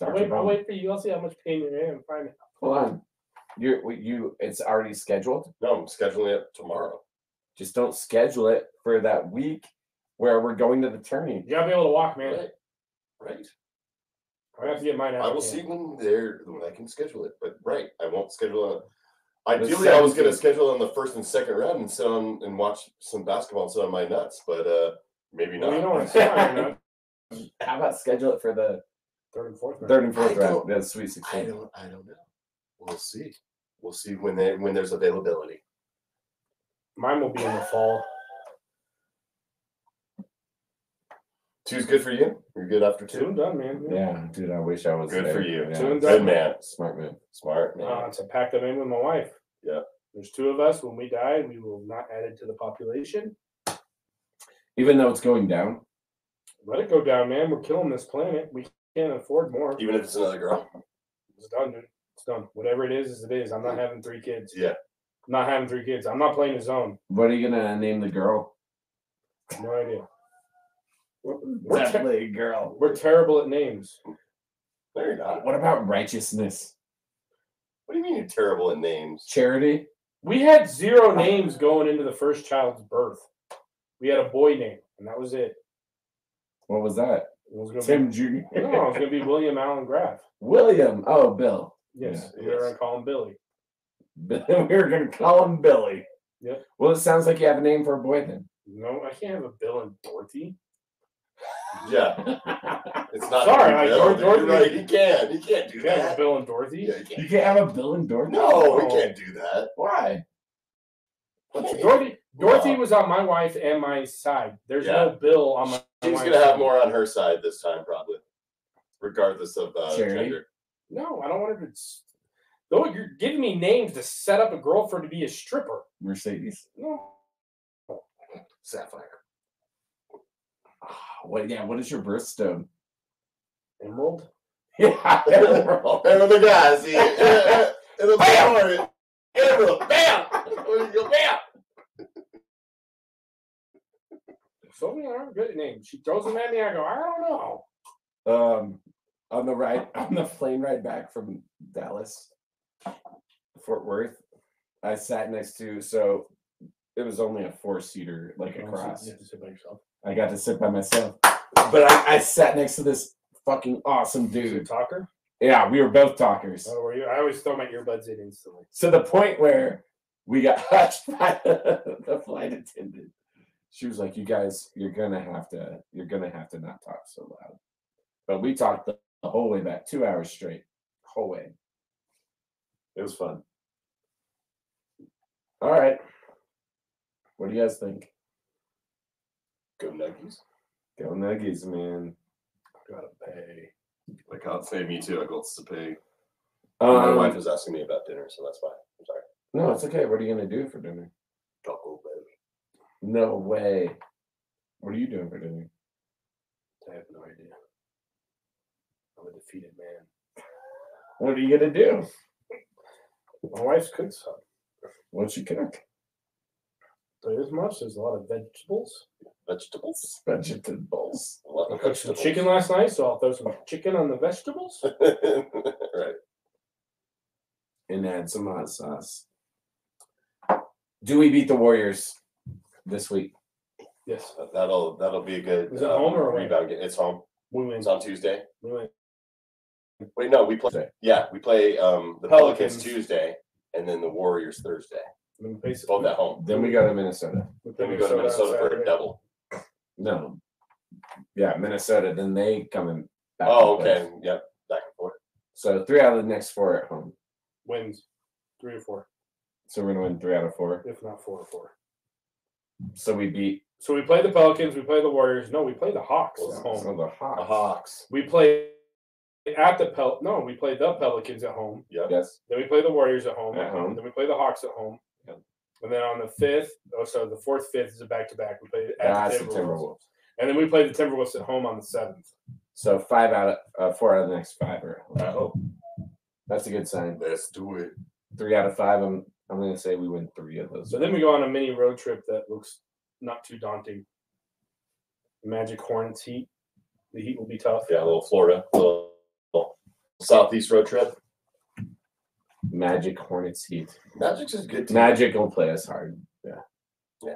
C: I'll
A: Dr.
C: wait, I'll
A: Bong.
C: wait for you. I'll see how much pain you're in. and Find it.
A: Hold on. You're, w- you, it's already scheduled.
B: No, I'm scheduling it tomorrow.
A: Just don't schedule it for that week where we're going to the tourney.
C: You gotta be able to walk, man.
B: Right. Right.
C: I have to get mine out.
B: I will
C: yeah.
B: see when they're when I can schedule it. But right, I won't schedule it. Ideally, I was going to
A: 17th.
B: schedule it on the first and second round and sit on and watch some basketball and sit on my nuts, but uh maybe not.
C: Well, you know what I'm saying, man.
A: How about schedule it for the
C: Third and fourth. round.
A: third and fourth
B: I
A: round?
B: don't-
A: The Sweet
B: I
A: 16.
B: don't. I don't know. We'll see. We'll see when they when there's availability.
C: Mine will be in the fall.
B: Two's good for you. You're good after two.
C: Two and done, man.
A: Yeah, dude, I wish I was
B: Good for
A: there.
B: you.
A: Yeah.
C: Soon.
B: Good man.
A: Smart move.
B: Smart man.
C: Uh, to pack them in with my wife.
B: Yeah.
C: There's two of us. When we die, we will not add it to the population.
A: Even though it's going down,
C: Let it go down, man. We're killing this planet. We can't afford more.
B: Even if it's another girl.
C: It's done, dude. It's done. Whatever it is, is it is. I'm not having three kids.
B: Yeah.
C: I'm not having three kids. I'm not playing his own.
A: what are you gonna name the girl?
C: No idea. We're, we're, ter-
A: Definitely a girl.
C: we're terrible at names.
B: No, you're not.
A: Uh, What about righteousness?
B: What do you mean you're terrible at names?
A: Charity?
C: We had zero names going into the first child's birth. We had a boy name, and that was it.
A: What was that?
C: It was gonna
A: Tim Jr.
C: be no, it was gonna be William Allen Graff.
A: William. Oh, Bill.
C: Yes,
B: Yeah,
C: we were
B: yes.
C: gonna call him Billy.
A: we were gonna call him Billy.
C: Yeah.
A: Well, it sounds like you have a name for a boy then.
C: No, I can't have a Bill and Dorothy.
B: Yeah. It's not.
C: Sorry,
B: gonna be real,
C: like, Dor-
B: dude.
C: Dorothy-
B: You're right. He can't. He can't do
C: You can't have a
B: that.
C: Bill and Dorothy.
B: Yeah, he can't.
A: You can't have a Bill and Dorothy.
B: No, we
C: No.
B: can't do that.
A: Why?
C: Dorothy, Dorothy
B: No.
C: was on my wife and my side. There's no Bill on my.
B: She's
C: my
B: gonna have
C: side.
B: more on her side this time, probably, regardless of uh,
A: Charity?
B: gender.
C: No, I don't want her to. s- Though you're giving me names to set up a girlfriend to be a stripper.
A: Mercedes.
C: No.
B: Sapphire.
A: Ah, What? Yeah. What is your birthstone?
C: Emerald?
A: Yeah.
B: And the guys, see, it'll be Animal, bam! Oh, Go bam!
C: So many are good names. She throws them at me. I go, I don't know.
A: um, on the ride on the plane ride back from Dallas, Fort Worth, I sat next to so it was only a four seater like
C: Oh,
A: across.
E: You have to sit by yourself.
A: I got to sit by myself, but I, I sat next to this fucking awesome
C: She's a
A: dude.
C: talker.
A: Yeah, we were both talkers.
C: Oh, were you? I always throw my earbuds in instantly.
A: to the point where we got hushed by the, the flight attendant. She was like, "You guys, you're gonna have to, you're gonna have to not talk so loud." But we talked the, the whole way back, two hours straight, whole way. It was fun. All right, what do you guys think?
B: Go Nuggies.
A: Go Nuggies, man.
E: Gotta pay.
B: I can't say me too. I go to pig. My
A: Um,
B: wife was asking me about dinner, so that's why. I'm sorry.
A: no, it's okay. What are you gonna do for dinner?
B: Taco Bell.
A: No way. What are you doing for dinner?
E: I have no idea.
C: I'm a defeated man.
A: What are you gonna do?
C: My wife's cooks uh, some.
A: What you cook?
C: There's much. There's a lot of vegetables.
B: Vegetables.
A: Vegetables.
B: A lot
C: I
B: of
C: cooked some
B: vegetables.
C: chicken last night, so I'll throw some chicken on the vegetables.
B: right.
A: and add some hot sauce. Do we beat the Warriors this week?
C: Yes,
B: That'll that'll be a good um,
C: Is it home or away?
B: rebound. game. It's home.
C: we win.
B: It's on Tuesday.
C: We win.
B: Wait, no, we play.
A: Tuesday.
B: Yeah, we play um, the Pelicans.
C: Pelicans.
B: Tuesday, and then the Warriors Thursday.
C: We play some-
B: Both at home.
A: Then we go to Minnesota.
C: we play
B: Then we go to
C: on
B: Minnesota for a
C: Saturday.
B: double.
A: No. Yeah, Minnesota. Then they come in. back
B: Oh,
A: and play.
B: okay. Yep. Back and forth.
A: So three out of the next four at home.
C: Wins three or four,
A: So we're gonna win three out of four.
C: if not four or four.
A: So we beat
C: So we play the Pelicans. We play the Warriors. No, we play the Hawks at
A: some
C: home.
A: of the Hawks.
B: The Hawks.
C: We play at the Pel. No, we play the Pelicans at home.
A: Yes.
C: Then we play the Warriors at home.
A: At home.
C: Then we play the Hawks at home.
A: Yep.
C: And then on the fifth, oh, so the fourth, fifth is a back to back. We play at
A: That's
C: the
A: the
C: Timberwolves.
A: Timberwolves.
C: And then we play the Timberwolves at home on the seventh.
A: So five out of uh, four out of the next five are. at home.
B: Oh,
A: That's a good sign.
B: let's do it.
A: Three out of five. I'm I'm gonna say we win three of those.
C: So then we go on a mini road trip that looks not too daunting. Magic Hornets heat. The heat will be tough.
B: Yeah, a little Florida, a little, little southeast road trip.
A: Magic Hornets Heat.
B: Magic's is good. Team.
A: Magic will play us hard.
B: Yeah,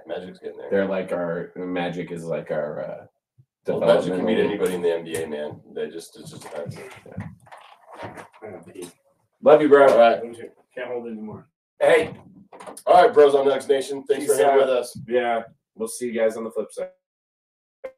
B: Magic's getting there.
A: They're like our Magic is like our uh,
B: Well, Magic
A: developmental-
B: can beat anybody in the NBA, man. They just it's just that's it.
A: Love you, bro.
B: all right.
C: Can't hold it anymore.
A: Hey,
B: All right, bros on Nugs Nation. Thanks for
A: Peace
B: hanging
A: out.
B: with us.
A: yeah, we'll see you guys on the flip side.